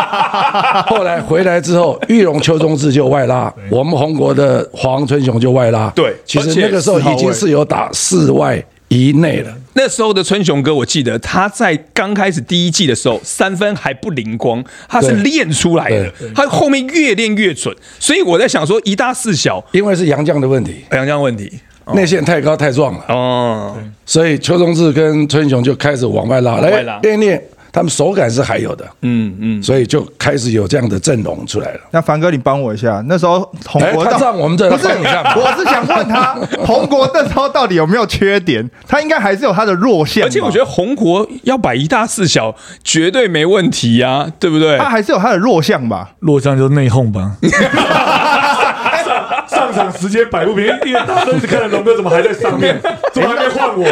Speaker 4: 后来回来之后，玉龙邱中志就外拉，我们红国的黄春雄就外拉。
Speaker 1: 对
Speaker 4: 其实那个时候已经是有打四外一内了。
Speaker 1: 那时候的春雄哥，我记得他在刚开始第一季的时候，三分还不灵光，他是
Speaker 4: 对
Speaker 1: 练出来的，他后面越练越准。所以我在想说，一大四小，呃
Speaker 4: 因为是杨绛的问题，
Speaker 1: 杨江问题
Speaker 4: 内线太高太壮了，
Speaker 1: 哦，
Speaker 4: 所以邱中志跟春雄就开始往外拉，
Speaker 1: 外
Speaker 4: 来
Speaker 1: 拉
Speaker 4: 练练。他们手感是还有的，嗯嗯，所以就开始有这样的阵容出来了。
Speaker 2: 那凡哥，你帮我一下，那时候红
Speaker 4: 哎，
Speaker 2: 国
Speaker 4: 他
Speaker 2: 到
Speaker 4: 让我们这
Speaker 2: 不是，
Speaker 4: 帮你干嘛
Speaker 2: 我是想问他，红国那时候到底有没有缺点？他应该还是有他的弱项吧，
Speaker 1: 而且我觉
Speaker 2: 得
Speaker 1: 得红国要摆一大四小绝对没问题呀、啊，对不对？
Speaker 2: 他还是有他的弱项吧。
Speaker 3: 落将就内 讧吧。上上场时间摆不平，因为大家都一直看着龙哥怎么还在上面，怎么还没换我？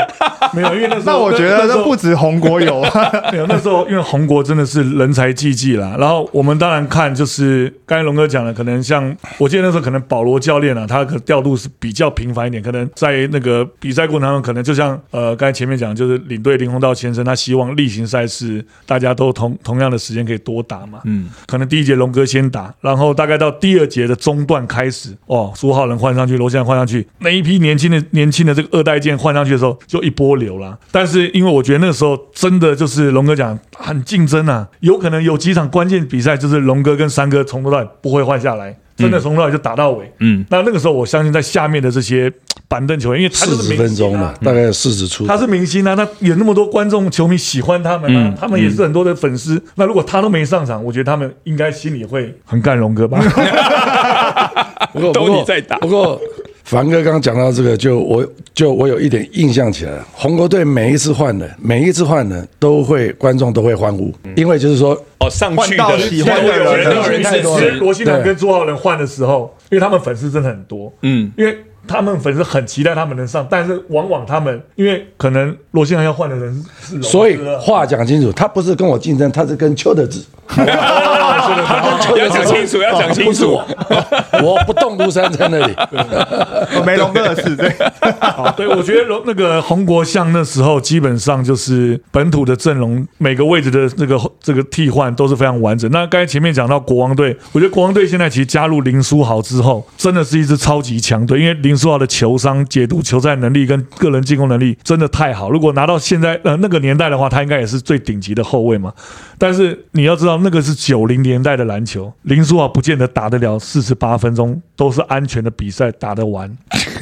Speaker 3: 没有，因为那时候
Speaker 2: 那我觉得
Speaker 3: 时
Speaker 2: 那
Speaker 3: 候
Speaker 2: 不止红国有，
Speaker 3: 没有，那时候因为红国真的是人才济济啦。然后我们当然看，就是刚才龙哥讲的，可能像我记得那时候可能保罗教练啊，他可能调度是比较频繁一点，可能在那个比赛过程当中，可能就像呃刚才前面讲，就是领队林鸿道先生，他希望例行赛事大家都同同样的时间可以多打嘛。嗯，可能第一节龙哥先打，然后大概到第二节的中段开始，哦，苏浩能换上去，罗翔换上去，那一批年轻的年轻的这个二代剑换上去的时候，就一波流啦。但是因为我觉得那个时候真的就是龙哥讲很竞争啊，有可能有几场关键比赛就是龙哥跟三哥从头到尾不会换下来。
Speaker 4: 嗯
Speaker 3: 真的从头到尾就打到尾，嗯，那那个时候我相信在下面的这些板凳球员，因为他就
Speaker 4: 四
Speaker 3: 是
Speaker 4: 十
Speaker 3: 明
Speaker 4: 分
Speaker 3: 星啊
Speaker 4: 钟了，大概四十出头
Speaker 3: 他。是明星啊，那有那么多观众、球迷喜欢他们啊，
Speaker 4: 嗯
Speaker 3: 他们也是很多的粉丝。那如果他都没上场，我觉得他们应该心里会很干龙 哥吧？
Speaker 4: 不过
Speaker 1: 都
Speaker 4: 不
Speaker 1: 你
Speaker 4: 过
Speaker 1: 在打
Speaker 4: 不过凡哥刚刚讲到这个，就我就我有一点印象起来了。红国队每一次换人，每一次换人都会观众都会欢呼，因为就是说
Speaker 1: 哦，上去
Speaker 2: 换到
Speaker 1: 的
Speaker 2: 喜
Speaker 1: 现在
Speaker 2: 欢的
Speaker 1: 有
Speaker 2: 人
Speaker 1: 人有人
Speaker 3: 太
Speaker 1: 支
Speaker 3: 多
Speaker 1: 持，
Speaker 3: 了罗新南跟朱浩仁换的时候，因为他们粉丝真的很多，嗯，因为。他们粉丝很期待他们能上，但是往往他们因为可能罗新南要换的人是龙哥啊，
Speaker 4: 所以话讲清楚，他不是跟我竞争，他是跟邱 德志。
Speaker 1: 要讲清楚，要讲清
Speaker 4: 不是
Speaker 1: 楚
Speaker 4: 我。，我不动如山在那里。
Speaker 2: 没龙哥的事，对，
Speaker 3: 好，哦对，我觉得龙那个红国象那时候基本上就是本土的阵容，每个位置的那个这个替换都是非常完整。那刚才前面讲到国王队，我觉得国王队现在其实加入林书豪之后，真的是一支超级强队，因为林书豪的球商、解读球赛能力跟个人进攻能力真的太好。如果拿到现在呃那个年代的话，他应该也是最顶级的后卫嘛。但是你要知道，那个是九零年代的篮球，林书豪不见得打得了四十八分钟，都是安全的比赛打得完。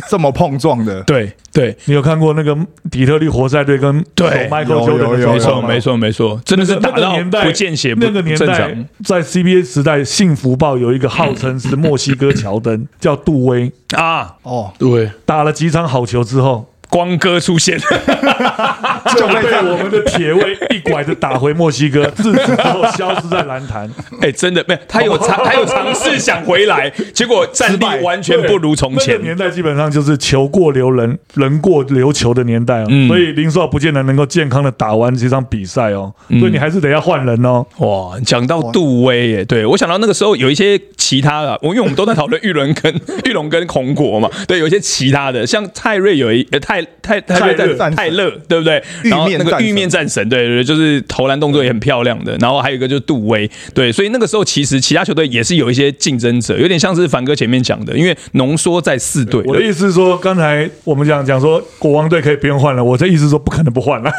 Speaker 2: 这么碰撞的，
Speaker 1: 对对
Speaker 3: 你有看过那个底特律活塞队跟
Speaker 1: 对
Speaker 3: 手 Michael
Speaker 2: 有
Speaker 3: Jordan 的
Speaker 2: 有有
Speaker 1: 没
Speaker 3: 对
Speaker 1: 错
Speaker 3: 手吗
Speaker 1: 没。错没错，真的是打
Speaker 3: 那个
Speaker 1: 到
Speaker 3: 年代
Speaker 1: 不见血，不
Speaker 3: 那个年
Speaker 1: 正
Speaker 3: 代
Speaker 1: 常
Speaker 3: 在 CBA 时代，《幸福报》有一个号称是墨西哥乔丹，叫杜威，
Speaker 1: 啊。
Speaker 2: 哦，
Speaker 4: 对，
Speaker 3: 打了几场好球之后，
Speaker 1: 光哥出现，
Speaker 2: 就被
Speaker 3: 被
Speaker 2: 这
Speaker 3: 我们的铁卫一拐着打回墨西哥， 自此之后消失在篮坛。
Speaker 1: 哎，真的没有，他有尝，他有尝试想回来，结果战力完 全不如从
Speaker 3: 那
Speaker 1: 前
Speaker 3: 个。年代基本上就是球过留人，人过留球的年代哦，
Speaker 1: 嗯
Speaker 3: 所以林书豪不见得能够健康的打完这场比赛哦，
Speaker 1: 嗯
Speaker 3: 所以你还是得要换人哦。
Speaker 1: 哇，讲到杜威耶，对我想到那个时候有一些其他的，我因为我们都在讨论玉龙跟 玉龙跟红国嘛，对，有一些其他的，像泰瑞有一呃泰泰泰
Speaker 3: 泰
Speaker 1: 瑞
Speaker 3: 勒
Speaker 1: 战
Speaker 2: 战
Speaker 1: 泰勒，对不对？
Speaker 2: 玉面
Speaker 1: 然后那个
Speaker 2: 战神
Speaker 1: 玉面战神，对对对，就是投篮动作也很漂亮的，然后还有一个就是杜威，对，所以那个时候其实其他球队也是有一些竞争者，有点像是凡哥前面讲的，因为浓缩在四队
Speaker 3: 我的意思是说，刚才我们讲讲说国王队可以不用换了，我这意思是说不可能不换了。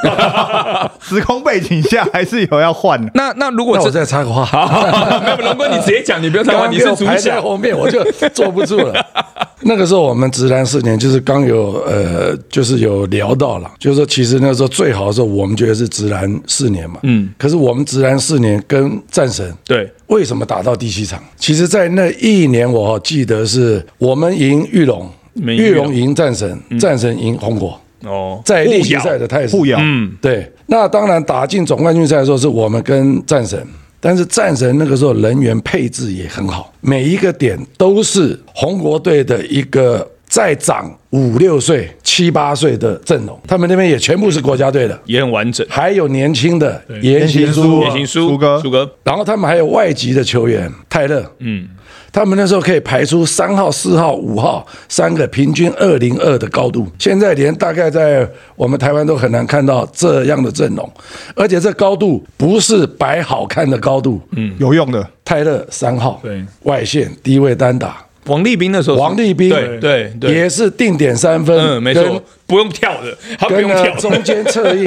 Speaker 2: 时空背景下还是有要换 的。
Speaker 1: 那那如果
Speaker 4: 那我
Speaker 1: 这
Speaker 4: 再插个话，
Speaker 1: 好， 没有龙哥，你直接讲，你不要再
Speaker 4: 刚
Speaker 1: 玩，
Speaker 4: 刚
Speaker 1: 你
Speaker 4: 你
Speaker 1: 是
Speaker 4: 是
Speaker 1: 主
Speaker 4: 排在
Speaker 1: 角。
Speaker 4: 后面，我就坐不住了。 那个时候我们直男四年，就是刚有呃，就是有聊到了，就是说其实那时候最好的时候，我们觉得是直男四年嘛，嗯，可是我们直男四年跟战神
Speaker 1: 对，
Speaker 4: 为什么打到第七场？其实，在那一年，我记得是我们赢玉龙，
Speaker 1: 你们赢玉
Speaker 4: 玉
Speaker 1: 龙嗯
Speaker 4: 龙赢战神，战神赢红国，
Speaker 1: 哦，
Speaker 4: 在例行赛的态势
Speaker 2: 互咬，
Speaker 4: 嗯，对。那当然，打进总冠军赛的时候是我们跟战神，但是战神那个时候人员配置也很好，每一个点都是红国队的一个再长五六岁、七八岁的阵容，他们那边也全部是国家队的，
Speaker 1: 也很完整。
Speaker 4: 还有年轻的言行
Speaker 2: 书
Speaker 4: 书
Speaker 2: 啊
Speaker 1: 也行，苏
Speaker 2: 苏哥
Speaker 1: 苏哥，
Speaker 4: 然后他们还有外籍的球员泰勒，嗯，他们那时候可以排出三号、四号、五号三个平均二零二的高度，现在连大概在我们台湾都很难看到这样的阵容，而且这高度不是摆好看的高度，嗯，
Speaker 2: 有用的。
Speaker 4: 泰勒三号，
Speaker 3: 对，
Speaker 4: 外线低位单打，
Speaker 1: 王立斌那时候是，
Speaker 4: 王立斌
Speaker 1: 对对对，
Speaker 4: 也是定点三分，
Speaker 1: 嗯，没
Speaker 4: 跟
Speaker 1: 错，不用跳的，他不
Speaker 4: 跟
Speaker 1: 用
Speaker 4: 呢
Speaker 1: 跳
Speaker 4: 中间策应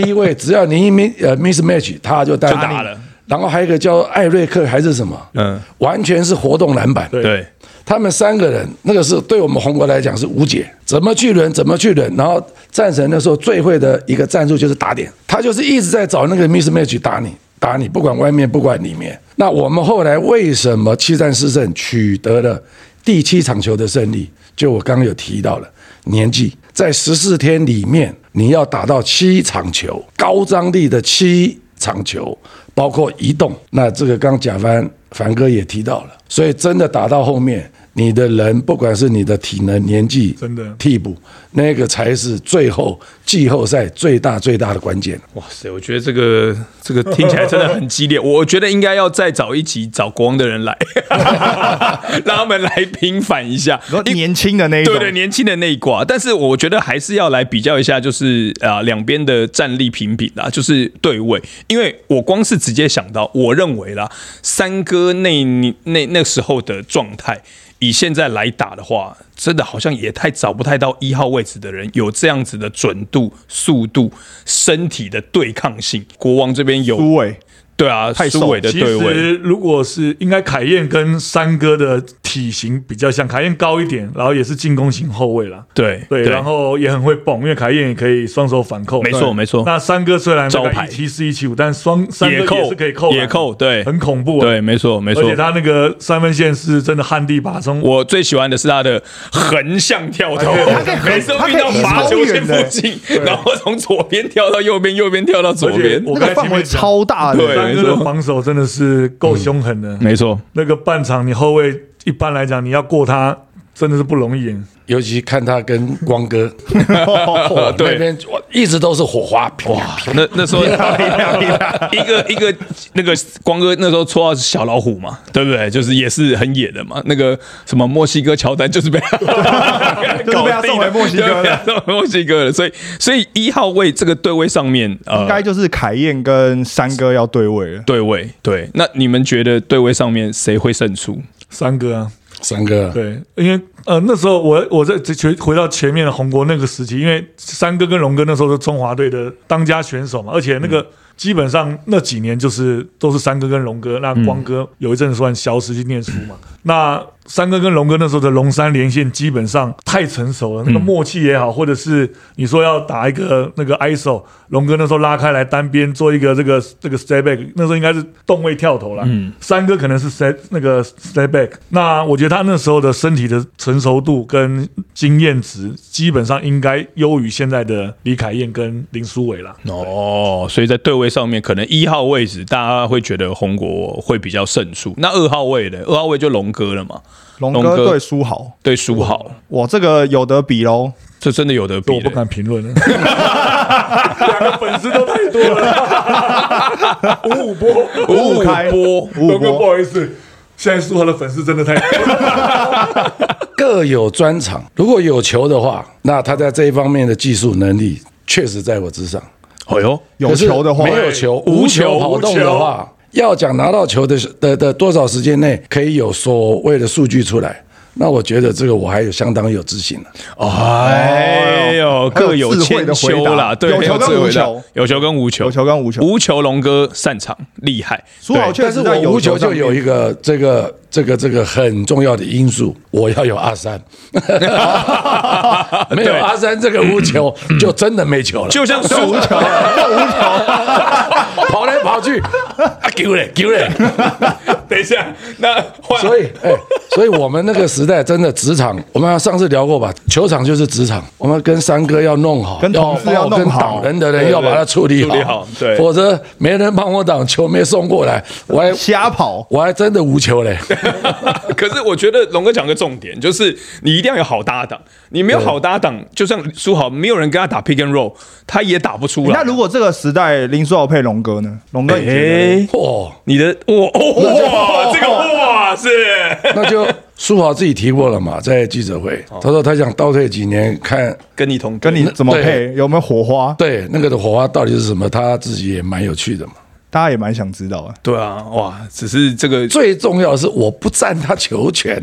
Speaker 4: 低位，只要你一 miss 呃 mismatch，他就单
Speaker 1: 就打了。
Speaker 4: 然后还有一个叫艾瑞克还是什么，
Speaker 1: 嗯，
Speaker 4: 完全是活动篮板。
Speaker 3: 对
Speaker 1: 对，
Speaker 4: 他们三个人，那个是对我们红国来讲是无解，怎么去轮，怎么去轮。然后战神那时候最会的一个战术就是打点，他就是一直在找那个 mismatch 打你，打你，不管外面，不管里面。那我们后来为什么七战四胜取得了第七场球的胜利？就我刚刚有提到了年纪，在十四天里面，你要打到七场球，高张力的七场球，包括移动。那这个刚贾凡凡哥也提到了，所以真的打到后面，你的人不管是你的体能、年纪，
Speaker 3: 真的
Speaker 4: 替补，那个才是最后季后赛最大最大的关键。
Speaker 1: 哇塞，我觉得这个这个听起来真的很激烈，我觉得应该要再找一集找国王的人来， 让他们来平反一下。
Speaker 2: 说年轻的那一种
Speaker 1: 对，对，年轻的那一挂，但是我觉得还是要来比较一下，就是啊、呃两边的战力评比啦，就是对位。因为我光是直接想到，我认为啦，三哥那那那那时候的状态，以现在来打的话，真的好像也太找不太到一号位置的人有这样子的准度、速度、身体的对抗性。国王这边有，
Speaker 2: 苏伟
Speaker 1: 对啊，
Speaker 2: 太瘦
Speaker 1: 苏伟的
Speaker 3: 其
Speaker 1: 对位，
Speaker 3: 实如果是应该凯燕跟三哥的体型比较像，凯燕高一点，然后也是进攻型后卫啦。
Speaker 1: 对
Speaker 3: 对，然后也很会蹦，因为凯燕也可以双手反扣。
Speaker 1: 没错
Speaker 3: 对
Speaker 1: 没错
Speaker 3: 那三哥虽然
Speaker 1: 招牌
Speaker 3: 七四一七五，但双三哥
Speaker 1: 也扣
Speaker 3: 是可以扣篮的，
Speaker 1: 也扣对
Speaker 3: 很恐怖啊。
Speaker 1: 对，没错没错
Speaker 3: 而。且他那个三分线是真的旱地拔葱，
Speaker 1: 我最喜欢的是他的横向跳投，
Speaker 2: 哎
Speaker 1: 每次都遇到罚球线附近，然后从左边跳到右边，右边跳到左边
Speaker 3: 而且。我
Speaker 2: 那
Speaker 3: 刚
Speaker 2: 个
Speaker 3: 才
Speaker 2: 范
Speaker 3: 前
Speaker 2: 围
Speaker 3: 面讲
Speaker 2: 超大的，
Speaker 1: 对
Speaker 3: 三
Speaker 1: 没错
Speaker 3: 哥的
Speaker 1: 嗯
Speaker 3: 防守真的是够凶狠的。
Speaker 1: 没错，
Speaker 3: 那个半场你后卫一般来讲你要过他真的是不容易。
Speaker 4: 尤其看他跟光哥
Speaker 1: 对
Speaker 3: 哦
Speaker 4: 那边，哇一直都是火花。哇，
Speaker 1: 那那 时候一个一个那个光哥那时候绰号是小老虎嘛，对不对？就是也是很野的嘛。那个什么墨西哥乔丹 就是被他
Speaker 2: 就是被他送回墨西哥了
Speaker 1: 对被他送回墨西哥了。所以所以一号位这个对位上面，呃
Speaker 2: 应，该就是凯燕跟三哥要对位了。
Speaker 1: 对位对。那你们觉得对位上面谁会胜出？
Speaker 3: 三哥啊，
Speaker 4: 三哥，
Speaker 3: 对，因为呃那时候我我在前回到前面的红国那个时期，因为三哥跟龙哥那时候是中华队的当家选手嘛，而且那个基本上那几年就是都是三哥跟龙哥，那光哥有一阵子算消失去念书嘛，那。三哥跟龙哥那时候的龙山连线基本上太成熟了，那个默契也好，或者是你说要打一个那个 ISO，龙哥那时候拉开来单边做一个这个这个 step back，那时候应该是动位跳投了。嗯，三哥可能是 step 那个 step back，那我觉得他那时候的身体的成熟度跟经验值，基本上应该优于现在的李凯燕跟林书伟啦。
Speaker 1: 哦，所以在对位上面，可能一号位置大家会觉得红国会比较胜出。那二号位的，二号位就龙哥了嘛，
Speaker 2: 龙
Speaker 1: 龙哥
Speaker 2: 哥对苏豪，
Speaker 1: 对书豪，
Speaker 2: 哇，这个有得比喽。
Speaker 1: 这真的有得比
Speaker 3: 我
Speaker 1: 了
Speaker 3: 不敢评 论了，两个粉丝都太多 了，五五波。
Speaker 2: 五五开，
Speaker 1: 五五
Speaker 2: 五
Speaker 3: 龙
Speaker 2: 五
Speaker 3: 哥不
Speaker 2: 波，
Speaker 3: 好意思，现在苏豪的粉丝真的太多了。
Speaker 4: 各有专长。如果有球的话，那他在这一方面的技术能力确实在我之上。
Speaker 1: 哎呦，
Speaker 2: 有球的话哎
Speaker 4: 可是没有球，
Speaker 1: 无
Speaker 4: 无
Speaker 1: 球
Speaker 4: 球跑动的话，要讲拿到球的的的多少时间内可以有所谓的数据出来，那我觉得这个我还有相当有自信了。
Speaker 1: 哎呦，
Speaker 2: 还有
Speaker 1: 各有
Speaker 2: 智慧
Speaker 1: 千
Speaker 2: 的回答
Speaker 1: 秋啦，对，
Speaker 2: 有
Speaker 1: 很
Speaker 2: 球跟
Speaker 1: 智慧
Speaker 2: 无
Speaker 1: 的
Speaker 2: 球
Speaker 1: 有球跟无球，
Speaker 2: 有球跟无球
Speaker 1: 无球龙哥擅长厉害，
Speaker 2: 苏豪
Speaker 1: 对
Speaker 2: 确
Speaker 4: 但是
Speaker 2: 实在
Speaker 4: 我无
Speaker 2: 有
Speaker 4: 球
Speaker 2: 上
Speaker 4: 就有
Speaker 2: 面
Speaker 4: 一个这个这个这个很重要的因素，我要有 阿三，没有
Speaker 1: 对
Speaker 4: 阿三这个无 球就真的没球了，
Speaker 1: 就像苏无球，
Speaker 4: 跑来跑去，啊丢嘞丢嘞，
Speaker 1: 等一下，那换
Speaker 4: 所以，哎、所以我们那个时代真的职场，我们上次聊过吧？球场就是职场，我们跟三哥要弄好，
Speaker 2: 跟同事要
Speaker 4: 要
Speaker 2: 弄
Speaker 4: 跟
Speaker 2: 好
Speaker 4: 挡人的人要把它处理好，
Speaker 1: 处理好对
Speaker 4: 否则没人帮我挡，球没送过来，我还
Speaker 2: 瞎跑，
Speaker 4: 我还真的无 球嘞。
Speaker 1: 可是我觉得龙哥讲个重点，就是你一定要有好搭档。你没有好搭档，就像苏豪，没有人跟他打 pick and roll，他也打不出来。
Speaker 2: 那如果这个时代林书豪配龙哥呢？龙哥你觉得呢，
Speaker 1: 哎，
Speaker 4: 哦，
Speaker 1: 你的哇哦哇，这个哇是
Speaker 4: 那就苏豪自己提过了嘛，在记者会，
Speaker 1: 哦
Speaker 4: 他说他想倒退几年看。
Speaker 1: 跟你同队
Speaker 2: 跟你怎么
Speaker 4: 对
Speaker 2: 配？有没有火花？
Speaker 4: 对那个的火花到底是什么？他自己也蛮有趣的嘛。
Speaker 2: 大家也蛮想知道的。
Speaker 1: 对啊，哇，只是这个
Speaker 4: 最重要的是，我不占他球权。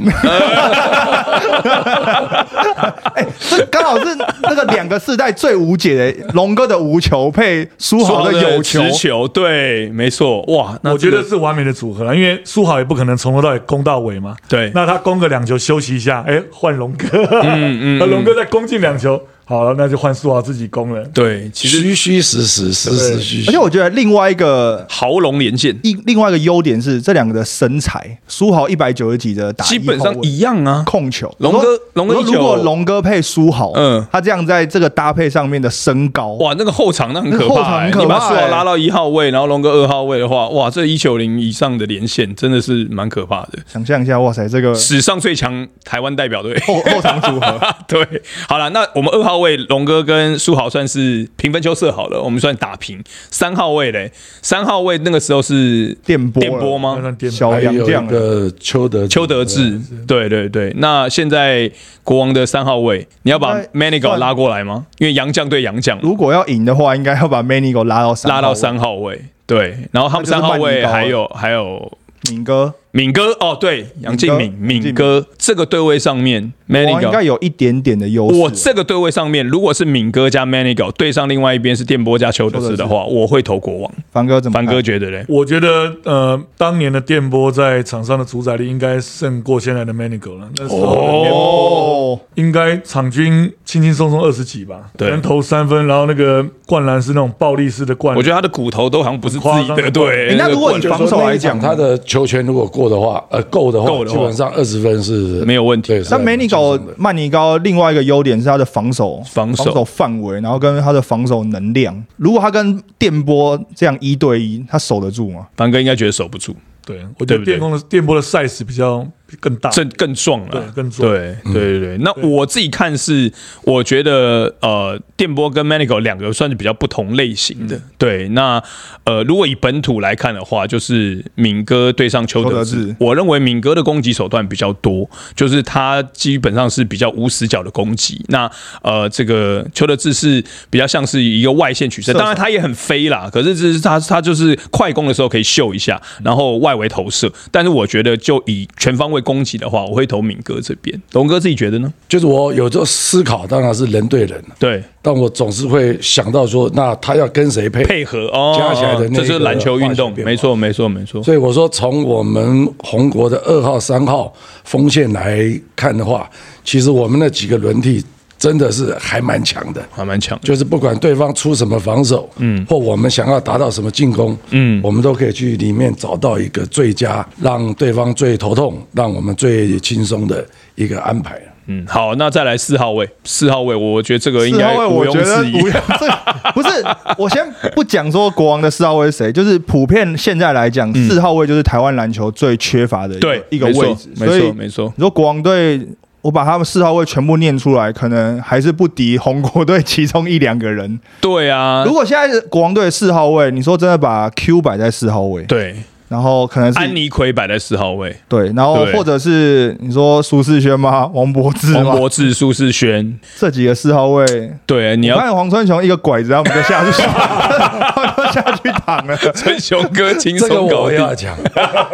Speaker 2: 哎、这 刚好是那个两个世代最无解的，龙哥的无球配苏豪的有球
Speaker 1: 持，球，对，没错，哇，那
Speaker 3: 我
Speaker 1: 这
Speaker 3: 觉
Speaker 1: 个
Speaker 3: 得是完美的组合了，啊因为苏豪也不可能从头到尾攻到尾嘛。
Speaker 1: 对
Speaker 3: 那他攻个两球休息一下，哎，换龙哥，嗯嗯， 龙哥再攻进两球，好了，那就换苏豪自己攻了。
Speaker 1: 对， 其实
Speaker 4: 啊虚虚实实，实实虚
Speaker 2: 而
Speaker 4: 虚
Speaker 2: 且。我觉得另外一个
Speaker 1: 豪龙连线
Speaker 2: 另另外一个优点是这两个的身材，苏豪一百九十几的打
Speaker 1: 基本
Speaker 2: 一
Speaker 1: 上
Speaker 2: 后卫
Speaker 1: 一样啊，
Speaker 2: 控球。
Speaker 1: 龙哥
Speaker 2: 我说
Speaker 1: 龙哥
Speaker 2: 我说
Speaker 1: 一
Speaker 2: 如果
Speaker 1: 球
Speaker 2: 龙哥配苏豪，
Speaker 1: 嗯
Speaker 2: 嗯，他这样在这个搭配上面的身高，
Speaker 1: 哇，那个后场那很可
Speaker 2: 那后
Speaker 1: 怕、
Speaker 2: 场
Speaker 1: 欸，
Speaker 2: 很可
Speaker 1: 你把
Speaker 2: 怕
Speaker 1: 苏豪
Speaker 2: 欸
Speaker 1: 拉到一号位，然后龙哥二号位的话，哇，这一九零以上的连线真的是蛮可怕的，
Speaker 2: 想象一下，哇塞，这个
Speaker 1: 史上最强台湾代表队。
Speaker 2: 后后场组合
Speaker 1: 对，好了，那我们二号位龙哥跟苏豪算是平分秋色好了，我们算打平。三号位嘞，三号位那个时候是
Speaker 2: 电波了
Speaker 1: 电波
Speaker 3: 那
Speaker 1: 吗
Speaker 3: 让？颠
Speaker 2: 小
Speaker 4: 还
Speaker 2: 杨
Speaker 4: 有
Speaker 2: 这样
Speaker 4: 一
Speaker 2: 的，
Speaker 4: 个邱德
Speaker 1: 邱德志，对对对。那现在国王的三号位，你要把
Speaker 2: 应
Speaker 1: m a n
Speaker 2: 该
Speaker 1: i g o
Speaker 2: 算
Speaker 1: 拉过来吗？因为杨将对杨将，
Speaker 2: 如果要赢的话，应该要把 Many 给我拉到三
Speaker 1: 拉
Speaker 2: 号
Speaker 1: 到
Speaker 2: 位
Speaker 1: 三号位，对。然后他们三号
Speaker 2: 那就是曼
Speaker 1: 位
Speaker 2: 尼高了
Speaker 1: 还有还有
Speaker 2: 敏哥，
Speaker 1: 敏哥哦，对，杨敬敏、
Speaker 2: 敏哥
Speaker 1: 敏哥这个对位上面 m a n
Speaker 2: 我
Speaker 1: i g
Speaker 2: 应该
Speaker 1: o
Speaker 2: 有一点点的优势。
Speaker 1: 我这个对位上面，如果是敏哥加 m a n i g o 对上另外一边是电波加丘德斯的话，我会投国王。
Speaker 2: 凡哥怎么
Speaker 1: 凡
Speaker 2: 看？
Speaker 1: 哥觉得嘞？
Speaker 3: 我觉得，呃，当年的电波在场上的主宰力应该胜过现在的 Manigo 了。那时候的电波
Speaker 2: 哦，
Speaker 3: 应该场均轻轻松松二十几吧，
Speaker 1: 对
Speaker 3: 能投三分，然后那个灌篮是那种暴力式的灌篮。
Speaker 1: 我觉得他的骨头都好像不是自己
Speaker 3: 夸张的
Speaker 1: 的，对。
Speaker 2: 欸那如果
Speaker 1: 哎个
Speaker 2: 你
Speaker 1: 棍
Speaker 2: 防守来讲，
Speaker 4: 他的球权如果过的话，呃，够的话，
Speaker 1: 够的话
Speaker 4: 基本上二十分是
Speaker 1: 没有问题
Speaker 4: 对
Speaker 2: 但梅尼高曼尼高另外一个优点是他的防守
Speaker 1: 防守
Speaker 2: 范围，然后跟他的防守能量。如果他跟电波这样一对一，他守得住吗？
Speaker 1: 凡哥应该觉得守不住，
Speaker 3: 对，
Speaker 1: 对不
Speaker 3: 我觉得
Speaker 1: 对
Speaker 3: 电工的电波的 size 比较更大。
Speaker 1: 这更壮了，
Speaker 3: 对更壮
Speaker 1: 对对对对。那我自己看是，我觉得呃，电波跟 Manigo 两个算是比较不同类型的。对，那呃，如果以本土来看的话，就是敏哥对上邱
Speaker 2: 邱
Speaker 1: 德
Speaker 2: 德
Speaker 1: 志
Speaker 2: 志，
Speaker 1: 我认为敏哥的攻击手段比较多，就是他基本上是比较无死角的攻击。那呃，这个邱德志是比较像是一个外线取胜，
Speaker 2: 射手
Speaker 1: 当然他也很飞啦，可是这是他他就是快攻的时候可以秀一下，然后外围投射。但是我觉得就以全方位攻击的话，我会投敏哥这边。龙哥自己觉得呢？
Speaker 4: 就是我有时候思考，当然是人对人，
Speaker 1: 对，
Speaker 4: 但我总是会想到说，那他要跟谁配？
Speaker 1: 配合哦，
Speaker 4: 加起来的那
Speaker 1: 这就是
Speaker 4: 个
Speaker 1: 篮球运动
Speaker 4: 化学，变化
Speaker 1: 没错没错没错。
Speaker 4: 所以我说，从我们红国的二号、三号锋线来看的话，其实我们那几个轮替真的是还蛮强的。
Speaker 1: 还蛮强的，
Speaker 4: 就是不管对方出什么防守，嗯，或我们想要达到什么进攻，嗯，我们都可以去里面找到一个最佳，让对方最头痛，让我们最轻松的一个安排。
Speaker 1: 嗯，好，那再来四号位，四号位，我觉得这个应
Speaker 2: 四号
Speaker 1: 该
Speaker 2: 位
Speaker 1: 毋
Speaker 2: 我
Speaker 1: 庸
Speaker 2: 觉得
Speaker 1: 置疑
Speaker 2: 毋。庸 置疑，不是我先不讲说国王的四号位是谁，就是普遍现在来讲，四号位就是台湾篮球最缺乏的一
Speaker 1: 嗯对
Speaker 2: 个一个
Speaker 1: 没错
Speaker 2: 位置，
Speaker 1: 没
Speaker 2: 所以
Speaker 1: 错没错
Speaker 2: 你说国王队。我把他们四号位全部念出来，可能还是不敌红国队其中一两个人。
Speaker 1: 对啊
Speaker 2: 如，果现在是国王队的四号位，你说真的把 Q 摆在四号位，
Speaker 1: 对，
Speaker 2: 然后可能是
Speaker 1: 安妮奎摆在四号位，
Speaker 2: 对，然后
Speaker 1: 对
Speaker 2: 或者是你说苏世轩吗？王柏志
Speaker 1: 王
Speaker 2: 吗？
Speaker 1: 柏志、苏世轩，
Speaker 2: 这几个四号位，
Speaker 1: 对，啊你
Speaker 2: 你
Speaker 1: 要
Speaker 2: 看黄春雄一个拐子，他们就下 去，他们就下去躺了。
Speaker 1: 跟熊哥轻
Speaker 4: 这个
Speaker 1: 松搞
Speaker 4: 我
Speaker 1: 定
Speaker 4: 要。讲，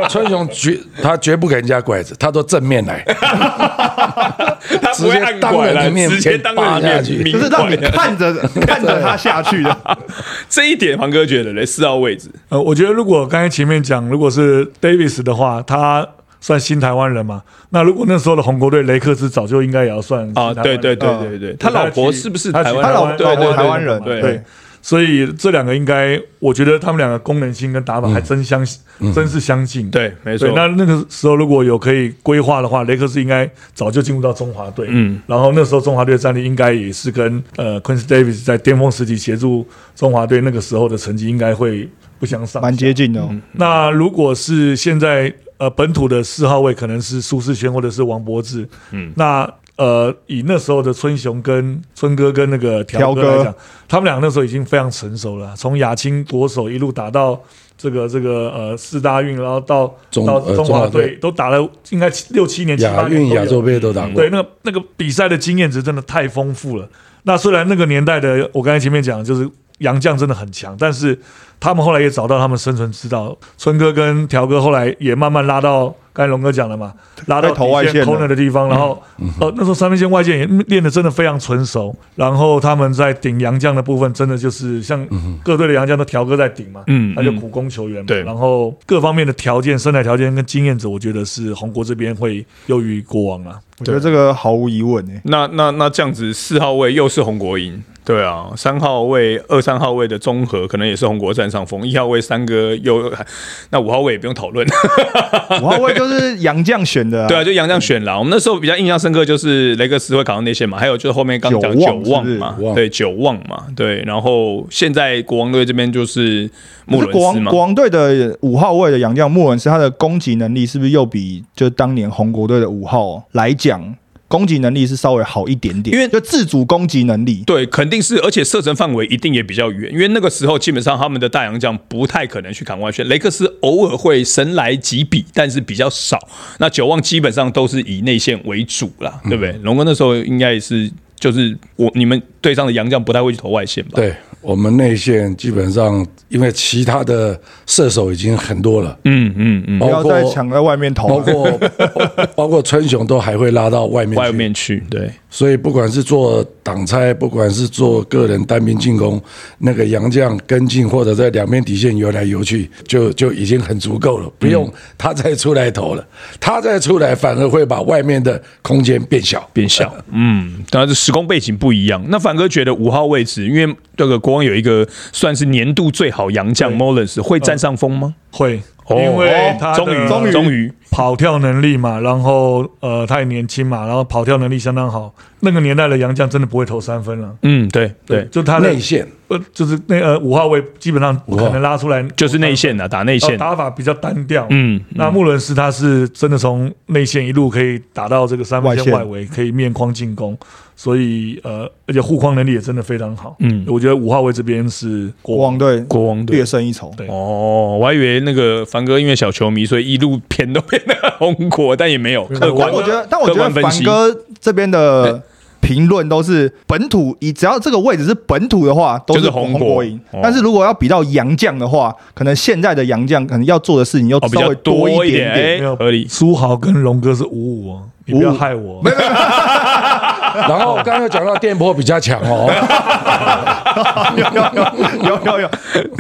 Speaker 4: 春雄绝他绝不给人家拐子，他都正面来，
Speaker 1: 他不会按拐来，直接当着你的面明
Speaker 2: 就是让你
Speaker 1: 拐。
Speaker 2: 看着 看着他下去的，
Speaker 1: 这一点，庞哥觉得嘞，四号位置
Speaker 3: 呃，我觉得如果刚才前面讲，如果是 Davis 的话，他算新台湾人嘛。那如果那时候的红国队雷克斯早就应该也要算
Speaker 1: 啊，
Speaker 3: 新台湾
Speaker 1: 对
Speaker 3: 人
Speaker 1: 对对
Speaker 2: 嗯
Speaker 1: 对对，他老婆是不是台湾人？
Speaker 2: 他老
Speaker 3: 台湾
Speaker 2: 老
Speaker 1: 对对
Speaker 2: 婆
Speaker 1: 对
Speaker 2: 台湾人，
Speaker 1: 对
Speaker 2: 对，
Speaker 3: 所以这两个应该，我觉得他们两个功能性跟打法还真相，真是相近。
Speaker 1: 对没错
Speaker 3: 对那那个时候如果有可以规划的话，雷克斯应该早就进入到中华队。嗯，然后那时候中华队的战力应该也是跟呃 Quincy Davis 在巅峰时期协助中华队那个时候的成绩应该会不相上下。
Speaker 2: 蛮接近的哦。
Speaker 1: 嗯
Speaker 3: 那如果是现在呃本土的四号位，可能是苏世轩或者是王柏志，嗯，那呃以那时候的春雄跟春哥跟那个条
Speaker 2: 条
Speaker 3: 哥
Speaker 2: 哥
Speaker 3: 来讲，他们俩那时候已经非常成熟了，从亚青国手一路打到。这个这个呃四大运，然后到
Speaker 4: 中
Speaker 3: 到
Speaker 4: 呃
Speaker 3: 中华
Speaker 4: 中华队
Speaker 3: 队都打了应该七六七年、七八
Speaker 4: 亚
Speaker 3: 年
Speaker 4: 运、
Speaker 3: 都有
Speaker 4: 亚洲杯都打过
Speaker 3: 对，。那个那个比赛的经验值真的太丰富了。那虽然那个年代的，我刚才前面讲，就是洋将真的很强，但是他们后来也找到他们生存之道。春哥跟条哥后来也慢慢拉到，刚才龙哥讲了嘛，拉到
Speaker 2: 在投外
Speaker 3: 底
Speaker 2: 线
Speaker 3: 线
Speaker 2: 的
Speaker 3: corner 的地方，然后呃那时候三分线外线也练得真的非常纯熟，然后他们在顶洋将的部分，真的就是像各队的洋将都条哥在顶嘛，
Speaker 1: 嗯
Speaker 3: 他就
Speaker 1: 嗯
Speaker 3: 苦攻球员嘛，
Speaker 1: 对
Speaker 3: 然后各方面的条件、身材条件跟经验值，我觉得是红国这边会优于国王啊。
Speaker 2: 我觉得这个毫无疑问诶、欸
Speaker 1: 那那那这样子，四号位又是洪国英，对啊，三号位、二三号位的综合可能也是洪国占上风，一号位三哥又，那五号位也不用讨论，
Speaker 2: 五号位就是杨绛选的、
Speaker 1: 对啊，就杨绛选
Speaker 2: 嗯
Speaker 1: 了。我们那时候比较印象深刻就是雷克斯会考上内线嘛，还有就是后面刚讲
Speaker 2: 九
Speaker 1: 九
Speaker 2: 旺
Speaker 1: 旺
Speaker 2: 是不是
Speaker 1: 嘛
Speaker 4: 九，旺
Speaker 1: 对九旺嘛，对，然后现在国王队这边就是穆
Speaker 2: 是
Speaker 1: 伦
Speaker 2: 国
Speaker 1: 斯
Speaker 2: 王
Speaker 1: 嘛
Speaker 2: 国，王队的五号位的杨将穆文斯，他的攻击能力是不是又比就当年红国队的五号来讲，攻击能力是稍微好一点点？
Speaker 1: 因为
Speaker 2: 就自主攻击能力，
Speaker 1: 对，肯定是，而且射程范围一定也比较远，因为那个时候基本上他们的大洋将不太可能去砍外线，雷克斯偶尔会神来几笔，但是比较少。那九望基本上都是以内线为主啦，
Speaker 2: 嗯
Speaker 1: 对不对？龙哥那时候应该也是，就是我你们队上的洋将不太会去投外线吧？，
Speaker 4: 对我们内线基本上，因为其他的射手已经很多了，
Speaker 1: 嗯嗯嗯，
Speaker 2: 不
Speaker 4: 包
Speaker 2: 要再
Speaker 4: 括
Speaker 2: 抢在外面投
Speaker 4: 包
Speaker 2: 了。
Speaker 4: 括包括春雄都还会拉到外面
Speaker 1: 外
Speaker 4: 去，
Speaker 1: 面去，对，
Speaker 4: 所以不管是做挡拆，不管是做个人单兵进攻，那个洋将跟进或者在两边底线游来游去，就就已经很足够了，不用他再出来投了，他再出来反而会把外面的空间变小。
Speaker 1: 变小，嗯，当然这时空背景不一样。那凡哥觉得五号位置，因为这个国王有一个算是年度最好洋将 Mullins
Speaker 2: 嗯
Speaker 1: 会占上风吗？
Speaker 3: 会，
Speaker 1: 哦
Speaker 3: 因为他的
Speaker 1: 终于，终于，
Speaker 3: 跑跳能力嘛，然后呃他也年轻嘛，然后跑跳能力相当好。那个年代的杨将真的不会投三分了，
Speaker 1: 嗯，对对，
Speaker 3: 就他的
Speaker 4: 内线
Speaker 3: 呃就是那呃五号位基本上
Speaker 4: 号
Speaker 3: 可能拉出来
Speaker 1: 就是内线啊
Speaker 2: 哦
Speaker 1: 的打内
Speaker 3: 呃
Speaker 1: 线，
Speaker 3: 打法比较单调。
Speaker 1: 哦嗯，
Speaker 3: 那穆伦斯他是真的从内线一路可以打到这个三分
Speaker 2: 外
Speaker 3: 线
Speaker 2: 线
Speaker 3: 外围，可以面框进攻，所以呃而且护框能力也真的非常好。
Speaker 1: 嗯
Speaker 3: 我觉得五号位这边是国
Speaker 2: 国王队
Speaker 1: 国王
Speaker 2: 略
Speaker 1: 队。
Speaker 2: 胜一筹，
Speaker 3: 对
Speaker 1: 哦，我还以为那个凡哥因为小球迷，所以一路偏都偏到 红国，但也没有客观
Speaker 2: 呃但我觉得，但我觉
Speaker 1: 客观
Speaker 2: 得
Speaker 1: 分
Speaker 2: 凡
Speaker 1: 析
Speaker 2: 哥这边的评论都是本土，以只要这个位置是本土的话，都
Speaker 1: 就是红
Speaker 2: 红
Speaker 1: 国
Speaker 2: 国赢
Speaker 1: 哦。
Speaker 2: 但是如果要比到洋将的话，可能现在的洋将可能要做的事情又
Speaker 1: 哦比
Speaker 2: 稍
Speaker 1: 较
Speaker 2: 微多
Speaker 1: 多一
Speaker 2: 一
Speaker 1: 点
Speaker 2: 点点。
Speaker 1: 哎
Speaker 3: 没有
Speaker 1: 合理
Speaker 3: 苏豪跟龙哥是五五哦，你不要
Speaker 2: 五五
Speaker 3: 害我。
Speaker 4: 然后刚刚有讲到电波比较强 哦，
Speaker 2: 有有有有有，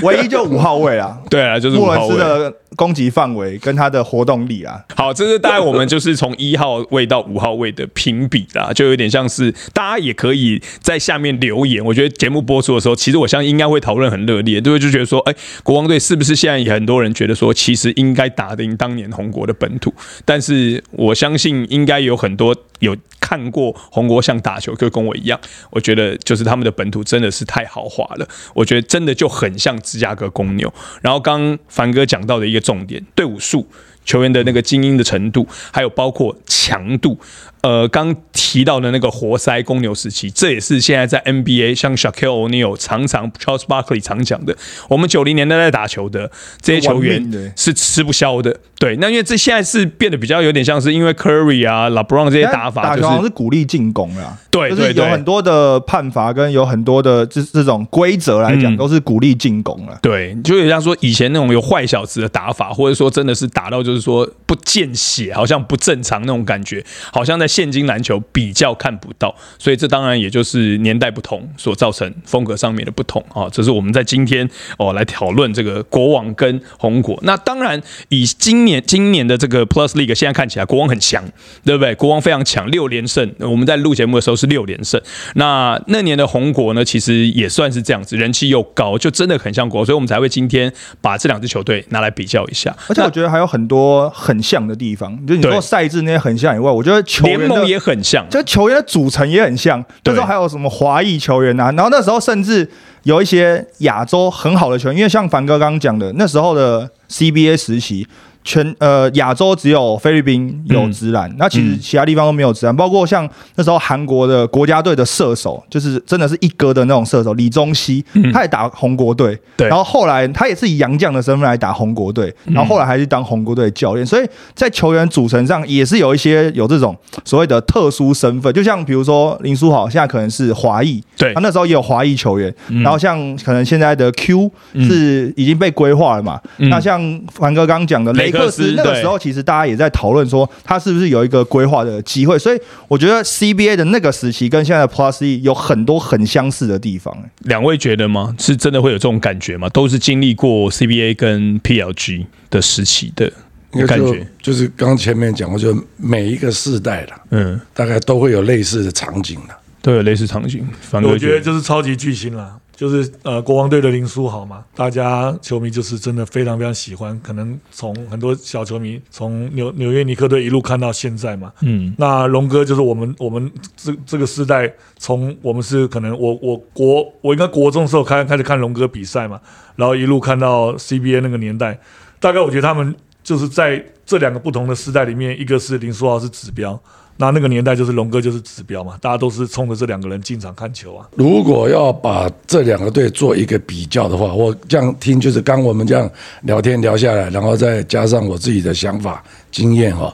Speaker 2: 唯一就五号位啦。
Speaker 1: 对啊，就是五
Speaker 2: 穆
Speaker 1: 号
Speaker 2: 伦斯
Speaker 1: 位。
Speaker 2: 的攻击范围跟他的活动力啊，
Speaker 1: 好，这是大概我们就是从一号位到五号位的评比啦， 就有点像是大家也可以在下面留言。我觉得节目播出的时候，其实我相信应该会讨论很热烈，对不对？就觉得说，哎、国王队是不是现在也很多人觉得说，其实应该打得赢当年红国的本土？但是我相信应该有很多有看过红国像打球，就跟我一样，我觉得就是他们的本土真的是太豪华了，我觉得真的就很像芝加哥公牛。然后刚刚凡哥讲到的一个重点，队伍数。球员的那个精英的程度，还有包括强度。呃，刚提到的那个活塞公牛时期，这也是现在在 NBA 像 Shaquille O'Neal 常常 Charles Barkley 常讲的，我们九零年代在打球的这些球
Speaker 2: 玩命
Speaker 1: 员
Speaker 2: 的
Speaker 1: 是吃不消的。对，那因为这现在是变得比较有点像是因为 Curry 啊、LeBron 这些打法，
Speaker 2: 打
Speaker 1: 就
Speaker 2: 球好像
Speaker 1: 是
Speaker 2: 是鼓励进攻啦。
Speaker 1: 对
Speaker 2: 就是
Speaker 1: 对对
Speaker 2: 有很多的判罚跟有很多的这这种规则来讲，
Speaker 1: 嗯
Speaker 2: 都是鼓励进攻了。
Speaker 1: 对，就有点像说以前那种有坏小子的打法，或者说真的是打到就是说不见血，好像不正常那种感觉，好像在现今篮球比较看不到，所以这当然也就是年代不同所造成风格上面的不同啊、哦。这是我们在今天哦来讨论这个国王跟红国。那当然以今年今年的这个 Plus League 现在看起来国王很强，对不对？国王非常强，六连胜。呃我们在录节目的时候是六连胜。那那年的红国呢，其实也算是这样子，人气又高，就真的很像国王，所以我们才会今天把这两支球队拿来比较一下。
Speaker 2: 而且我觉得还有很多很像的地方，就你
Speaker 1: 对
Speaker 2: 说赛制那些很像以外，我觉得球
Speaker 1: 联
Speaker 2: 员
Speaker 1: 盟也
Speaker 2: 的
Speaker 1: 很像，
Speaker 2: 就球员的组成也很像。那时候
Speaker 1: 对
Speaker 2: 还有什么华裔球员啊，然后那时候甚至有一些亚洲很好的球员，因为像凡哥刚刚讲的，那时候的 CBA 时期。全呃亚洲只有菲律宾有直男，那其实其他地方都没有直男，包括像那时候韩国的国家队的射手，就是真的是一哥的那种射手李宗熙，他也打红国队，
Speaker 1: 嗯对嗯
Speaker 2: 然后后来他也是以洋将的身份来打红国队，然后后来还去当红国队的教练，所以在球员组成上也是有一些有这种所谓的特殊身份，就像比如说林书豪现在可能是华裔，
Speaker 1: 对嗯
Speaker 2: 他那时候也有华裔球员，然后像可能现在的 Q 是已经被规划了嘛，
Speaker 1: 嗯
Speaker 2: 那像凡哥刚刚讲的。
Speaker 1: 雷
Speaker 2: 雷
Speaker 1: 克
Speaker 2: 克
Speaker 1: 斯
Speaker 2: 斯那个
Speaker 1: 对
Speaker 2: 时候，其实大家也在讨论说他是不是有一个规划的机会，所以我觉得 CBA 的那个时期跟现在的 Plus E 有很多很相似的地方、欸
Speaker 1: 两位觉得吗？是真的会有这种感觉吗？都是经历过 CBA 跟 PLG 的时期的
Speaker 4: 因为
Speaker 1: 感
Speaker 4: 就
Speaker 1: 觉，
Speaker 4: 就是刚刚前面讲过，就每一个世代了，
Speaker 1: 嗯，
Speaker 4: 大概都会有类似的场景了。
Speaker 1: 都有类似场景。反
Speaker 3: 我
Speaker 1: 正
Speaker 3: 觉得就是超级巨星啦，就是呃国王队的林书豪嘛，大家球迷就是真的非常非常喜欢，可能从很多小球迷从纽纽约尼克队一路看到现在嘛。
Speaker 1: 嗯，
Speaker 3: 那龙哥就是我们我们这这个世代，从我们是可能我我国我应该国中的时候开开始看龙哥比赛嘛，然后一路看到 CBA 那个年代，大概我觉得他们就是在这两个不同的时代里面，一个是林书豪是指标。那那个年代就是龙哥就是指标嘛，大家都是冲着这两个人进场看球啊。
Speaker 4: 如果要把这两个队做一个比较的话，我这样听就是刚我们这样聊天聊下来，然后再加上我自己的想法经验哈、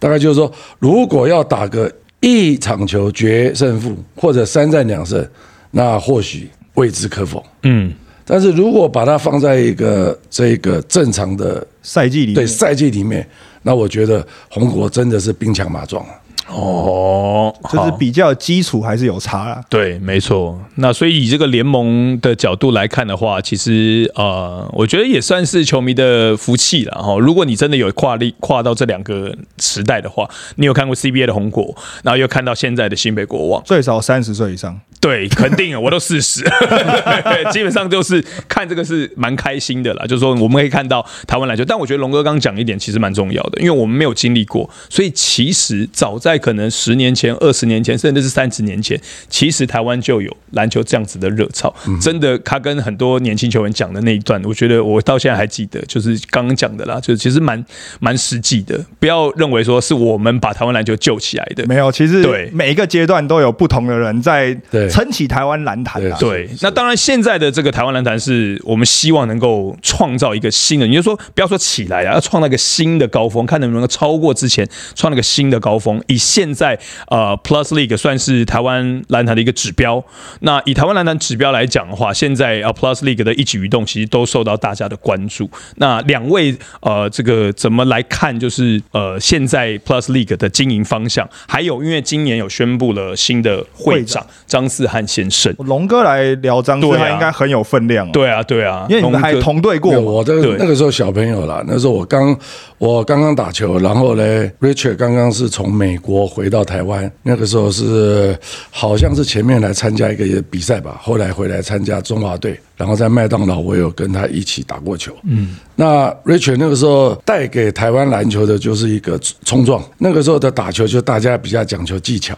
Speaker 4: 大概就是说，如果要打个一场球决胜负或者三战两胜，那或许未知可否。
Speaker 1: 嗯，
Speaker 4: 但是如果把它放在一个这个正常的
Speaker 2: 赛季里
Speaker 4: 对
Speaker 2: 面，
Speaker 4: 赛季里面，那我觉得红国真的是兵强马壮啊。
Speaker 1: 哦，
Speaker 2: 就是
Speaker 1: 好
Speaker 2: 比较基础还是有差啦。
Speaker 1: 对，没错。那所以以这个联盟的角度来看的话，其实呃，我觉得也算是球迷的福气了哈。如果你真的有跨力跨到这两个时代的话，你有看过 CBA 的红果，然后又看到现在的新北国王，
Speaker 2: 最少三十岁以上，
Speaker 1: 对，肯定啊，我都四十，对 基本上就是看这个是蛮开心的啦。就是说我们可以看到台湾篮球，但我觉得龙哥刚刚讲一点其实蛮重要的，因为我们没有经历过，所以其实早在可能十年前、二十年前，甚至是三十年前，其实台湾就有篮球这样子的热潮。真的，他跟很多年轻球员讲的那一段，我觉得我到现在还记得，就是刚刚讲的啦，就是其实蛮蛮实际的。不要认为说是我们把台湾篮球救起来的，
Speaker 2: 没有，其
Speaker 1: 对
Speaker 2: 实每一个阶段都有不同的人在
Speaker 4: 对
Speaker 2: 撑起台湾篮坛啦。啊
Speaker 4: 对
Speaker 1: 对，那当然，现在的这个台湾篮坛是我们希望能够创造一个新的，你就说不要说起来啊，要创造一个新的高峰，看能不能够超过之前创了个新的高峰。以现在呃 Plus League 算是台湾篮坛的一个指标，那以台湾篮坛指标来讲的话，现在啊 Plus League 的一举一动其实都受到大家的关注。那两位呃，这个怎么来看？就是呃，现在 Plus League 的经营方向，还有因为今年有宣布了新的会
Speaker 2: 会
Speaker 1: 长张思翰先生。
Speaker 2: 龙哥来聊张志
Speaker 1: 对啊
Speaker 2: 他应该很有分量哦，
Speaker 1: 对啊，对啊，
Speaker 2: 因为你们还
Speaker 1: 龙哥
Speaker 2: 同队过
Speaker 4: 没有
Speaker 2: 嘛，
Speaker 4: 我这
Speaker 1: 对
Speaker 4: 个那个时候小朋友啦，那时候我刚我刚刚打球，然后呢，Richard 刚刚是从美国回到台湾，那个时候是好像是前面来参加一个比赛吧，后来回来参加中华队，然后在麦当劳我有跟他一起打过球。嗯，那 Richard 那个时候带给台湾篮球的就是一个冲撞，那个时候的打球就大家比较讲求技巧。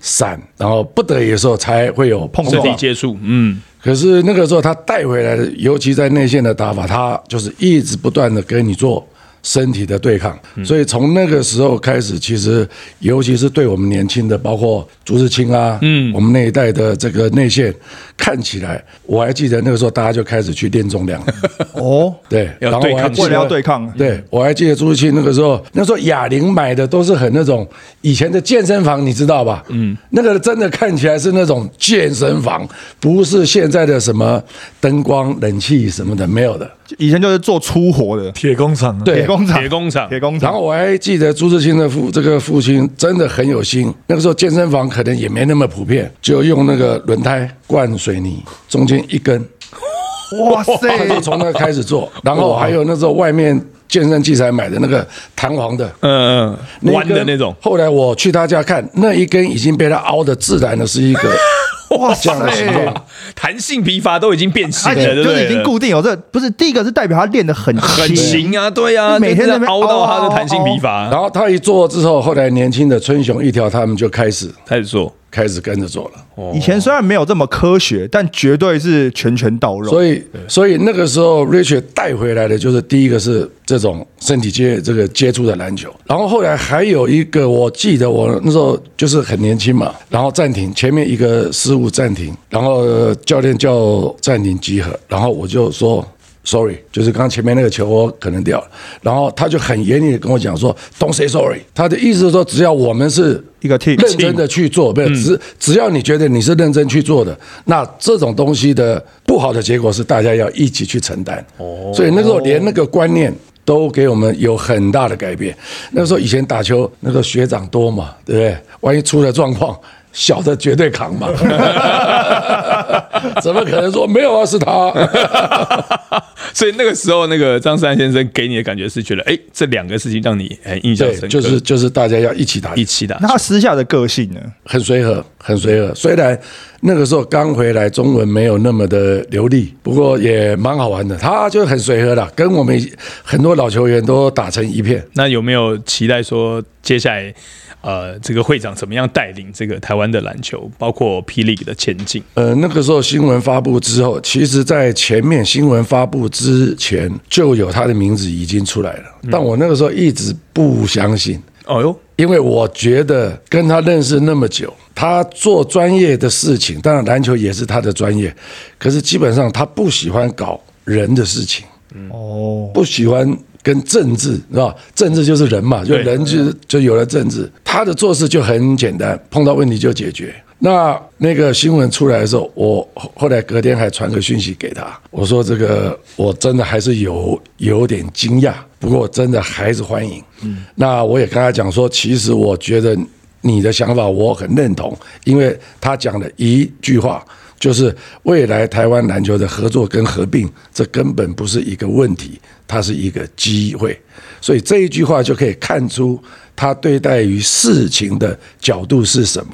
Speaker 4: 闪，然后不得已的时候才会有碰
Speaker 1: 身
Speaker 4: 撞，
Speaker 1: 体接触，嗯，
Speaker 4: 可是那个时候他带回来的，尤其在内线的打法，他就是一直不断的跟你做身体的对抗。所以从那个时候开始，其实尤其是对我们年轻的，包括朱志清啊，嗯，我们那一代的这个内线，看起来我还记得那个时候大家就开始去练重量了，
Speaker 2: 哦，
Speaker 4: 对，
Speaker 1: 要
Speaker 4: 然后我
Speaker 1: 对
Speaker 4: 还
Speaker 1: 抗
Speaker 4: 记
Speaker 2: 为了要
Speaker 4: 得
Speaker 2: 对抗，嗯
Speaker 4: 对，我还记得朱庆那个时候，那时候哑铃买的都是很那种以前的健身房，你知道吧？嗯，那个真的看起来是那种健身房，不是现在的什么灯光、冷气什么的没有的。
Speaker 2: 以前就是做粗活的，
Speaker 3: 铁工厂、啊，
Speaker 2: 铁
Speaker 4: 对，
Speaker 2: 工厂，
Speaker 1: 铁工厂
Speaker 2: 铁工
Speaker 4: 然
Speaker 2: 厂
Speaker 4: 后。我还记得朱自清的父这个父亲真的很有心，那个时候健身房可能也没那么普遍，就用那个轮胎灌水泥，中间一根，
Speaker 2: 哇
Speaker 4: 他就
Speaker 2: 塞！
Speaker 4: 从那个开始做。然后还有那时候外面健身器材买的那个弹簧的。
Speaker 1: 嗯嗯，
Speaker 4: 一
Speaker 1: 弯
Speaker 4: 根
Speaker 1: 的那种，
Speaker 4: 后来我去他家看，那一根已经被他凹的自然的是一个
Speaker 2: 哇
Speaker 4: 这样的形
Speaker 2: 塞！
Speaker 4: 状。
Speaker 1: 弹性疲乏都已经变形
Speaker 2: 而
Speaker 1: 了，
Speaker 2: 且
Speaker 1: 对不
Speaker 2: 啊就
Speaker 1: 对？
Speaker 2: 是已经固定有这，不是第一个是代表他练得很
Speaker 1: 很
Speaker 2: 轻，
Speaker 1: 行啊，对啊，
Speaker 2: 每天
Speaker 1: 就
Speaker 2: 在
Speaker 1: 是
Speaker 2: 那边哦
Speaker 1: 凹到他的弹性疲
Speaker 4: 然
Speaker 1: 乏，
Speaker 4: 后他一做之后，后来年轻的春雄一条他们就开始
Speaker 1: 开始做，
Speaker 4: 开始跟着做了。
Speaker 2: 以前虽然没有这么科学，但绝对是拳拳到肉。
Speaker 4: 所以，所以那个时候 Richard 带回来的就是第一个是这种身体接这个接触的篮球，然后后来还有一个，我记得我那时候就是很年轻嘛，然后暂停前面一个失误暂停，然后呃教练叫暂停集合，然后我就说 sorry，就是刚刚前面那个球我可能掉了，然后他就很严厉的跟我讲说 don't say sorry，他的意思是说只要我们是
Speaker 2: 一个 team
Speaker 4: 认真的去做，
Speaker 1: 嗯
Speaker 4: 不是只只要你觉得你是认真去做的，那这种东西的不好的结果是大家要一起去承担。哦，所以那时候连那个观念。都给我们有很大的改变。那时候以前打球，那个学长多嘛，对不对？万一出了状况，小的绝对扛 嘛。怎么可能说没有啊？是他。
Speaker 1: 所以那个时候，那个张三先生给你的感觉是觉得，哎、这两个事情让你很印象
Speaker 4: 对
Speaker 1: 深刻，，
Speaker 4: 就是就是大家要一起打
Speaker 1: 一起打
Speaker 2: 那他私下的个性呢？
Speaker 4: 很随和，很随和。虽然那个时候刚回来，中文没有那么的流利，不过也蛮好玩的。他就很随和了，跟我们很多老球员都打成一片。
Speaker 1: 那有没有期待说接下来，呃，这个会长怎么样带领这个台湾的篮球，包括霹雳的前进？
Speaker 4: 呃，那个时候新闻发布之后，其实，在前面新闻发布之前就有他的名字已经出来了，但我那个时候一直不相信。
Speaker 1: 哦哟，
Speaker 4: 因为我觉得跟他认识那么久，他做专业的事情，当然篮球也是他的专业，可是基本上他不喜欢搞人的事情，
Speaker 2: 哦，
Speaker 4: 不喜欢跟政治，是吧？政治就是人嘛，就
Speaker 1: 对
Speaker 4: 人就就有了政治，他的做事就很简单，碰到问题就解决。那那个新闻出来的时候，我后后来隔天还传个讯息给他，我说这个我真的还是有有点惊讶，不过真的还是欢迎。嗯，那我也跟他讲说，其实我觉得你的想法我很认同，因为他讲的一句话就是未来台湾篮球的合作跟合并，这根本不是一个问题，它是一个机会。所以这一句话就可以看出他对待于事情的角度是什么，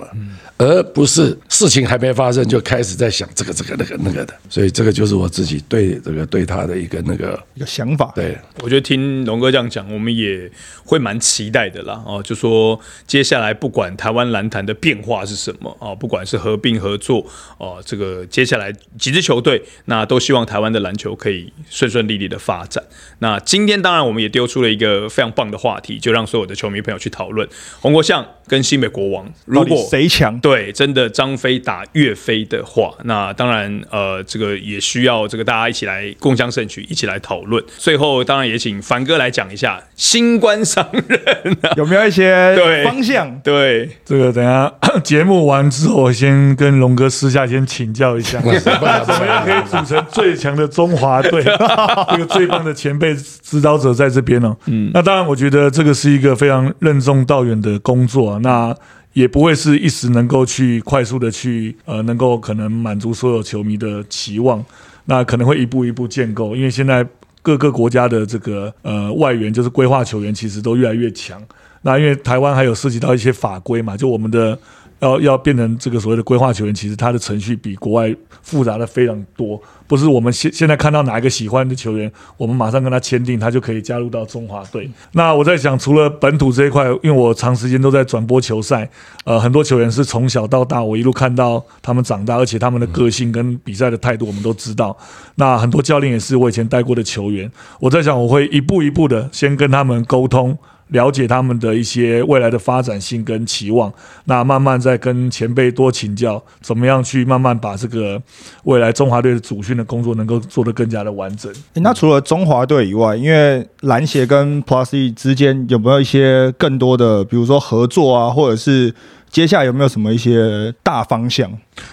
Speaker 4: 而不是事情还没发生就开始在想这个这个那个那个的。所以这个就是我自己对这个对他的一个那个
Speaker 2: 一个想法。
Speaker 4: 对。
Speaker 1: 我觉得听龙哥这样讲，我们也会蛮期待的啦。哦，就说接下来不管台湾篮坛的变化是什么哦，不管是合并合作哦，这个接下来几支球队，那都希望台湾的篮球可以顺顺利利的发展。那今天当然我们也丢出了一个非常棒的话题，就让所有的球迷朋友去讨论洪国相跟新北国王，如
Speaker 2: 到底
Speaker 1: 果
Speaker 2: 谁 强？
Speaker 1: 对，真的张飞打岳飞的话，那当然呃，这个也需要这个大家一起来共襄盛举，一起来讨论。最后当然也请凡哥来讲一下新官上任 啊，
Speaker 2: 有没有一些
Speaker 1: 对
Speaker 2: 方向？
Speaker 1: 对，
Speaker 3: 这个等一下 节目完之后，我先跟龙哥私下先请教一下， 怎么样可以组成最强的中华队？这个最棒的前辈指导者在这边哦。嗯，那当然，我觉得这个是一个非常任重道远的工作、啊，那也不会是一时能够去快速的去呃，能够可能满足所有球迷的期望。那可能会一步一步建构，因为现在各个国家的这个呃外援就是规划球员，其实都越来越强。那因为台湾还有涉及到一些法规嘛，就我们的要要变成这个所谓的规划球员，其实它的程序比国外复杂的非常多，不是我们现现在看到哪一个喜欢的球员，我们马上跟他签订，他就可以加入到中华队。那我在想，除了本土这一块，因为我长时间都在转播球赛，呃，很多球员是从小到大我一路看到他们长大，而且他们的个性跟比赛的态度我们都知道。那很多教练也是我以前带过的球员，我在想我会一步一步的先跟他们沟通。了解他们的一些未来的发展性跟期望，那慢慢再跟前辈多请教，怎么样去慢慢把这个未来中华队的主训的工作能够做得更加的完整。
Speaker 2: 诶那除了中华队以外，因为篮协跟 Plus E 之间有没有一些更多的，比如说合作啊，或者是接下来有没有什么一些大方向？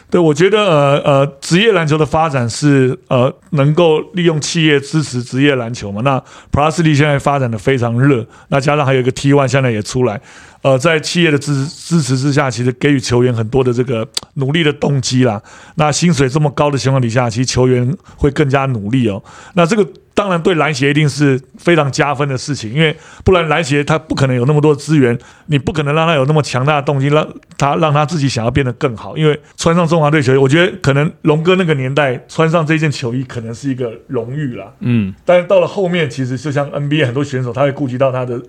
Speaker 3: 对，我觉得呃呃，职业篮球的发展是呃能够利用企业支持职业篮球嘛。那 Plus D 现在发展的非常热，那加上还有一个 T One 现在也出来，呃，在企业的支支持之下，其实给予球员很多的这个努力的动机啦。那薪水这么高的情况底下，其实球员会更加努力哦。那这个当然对篮协一定是非常加分的事情，因为不然篮协他不可能有那么多资源，你不可能让他有那么强大的动机，让他让他自己想要变得更好。因为穿上中华队球衣，我觉得可能龙哥那个年代穿上这件球衣可能是一个荣誉啦，
Speaker 1: 嗯，
Speaker 3: 但是到了后面，其实就像 NBA 很多选手，他会顾及到他的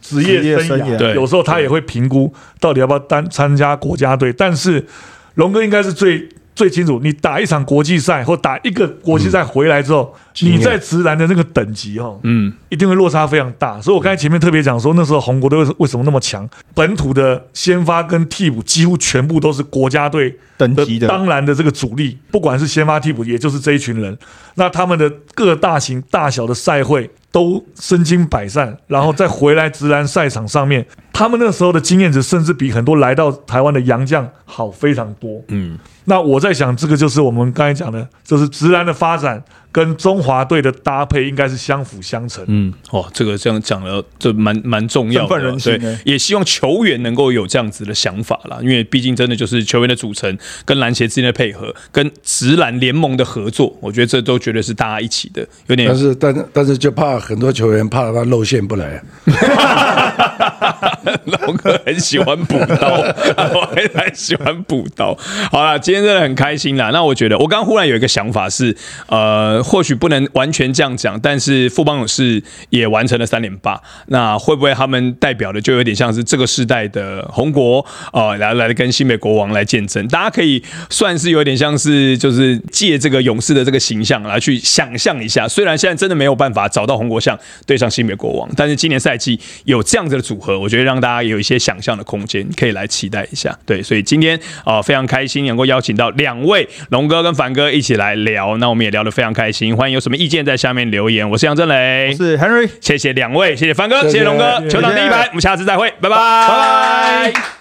Speaker 3: 职业
Speaker 2: 职业
Speaker 3: 生
Speaker 2: 生涯
Speaker 1: 对
Speaker 3: 涯，有时候他也会评估到底要不要单参加国家队。但是龙哥应该是最最清楚，你打一场国际赛或打一个国际赛回来之后，你在直男的那个等级哦，嗯，一定会落差非常大。所以我刚才前面特别讲说，那时候红国队为什为什么那么强，本土的先发跟替补几乎全部都是国家队
Speaker 2: 等级的
Speaker 3: 呃当然的这个主力，不管是先发替补，也就是这一群人，那他们的各大型大小的赛会都身经百战，然后再回来直男赛场上面，他们那时候的经验值甚至比很多来到台湾的洋将好非常多。嗯，那我在想，这个就是我们刚才讲的，就是直男的发展跟中华队的搭配应该是相辅相成。
Speaker 1: 嗯，哦，这个这样讲了，这蛮蛮重要的，
Speaker 2: 振奋人心
Speaker 1: 对
Speaker 2: 欸，
Speaker 1: 也希望球员能够有这样子的想法啦，因为毕竟真的就是球员的组成、跟篮协之间的配合、跟直篮联盟的合作，我觉得这都绝对是大家一起的，有点
Speaker 4: 但是但是但是就怕很多球员怕他露馅不来啊，
Speaker 1: 龙哥很喜欢补刀，我还蛮喜欢补刀。好啦，今天真的很开心啦。那我觉得，我刚忽然有一个想法是，呃，或许不能完全这样讲，但是富邦勇士也完成了三连霸，那会不会他们代表的就有点像是这个世代的红国呃，来来跟新北国王来见证？大家可以算是有点像是就是借这个勇士的这个形象来去想象一下，虽然现在真的没有办法找到红国像对上新北国王，但是今年赛季有这样子的组合，我觉得让大家有一些想象的空间，可以来期待一下。对，所以今天啊、呃非常开心能够邀请到两位龙哥跟凡哥一起来聊，那我们也聊得非常开心，欢迎有什么意见在下面留言。我是杨振
Speaker 2: 我
Speaker 1: 雷，
Speaker 2: 是 Henry。
Speaker 1: 谢谢两位，谢谢凡哥，
Speaker 4: 谢谢
Speaker 1: 谢谢龙哥，
Speaker 4: 谢
Speaker 1: 球场第一排，我们下次再会，拜拜。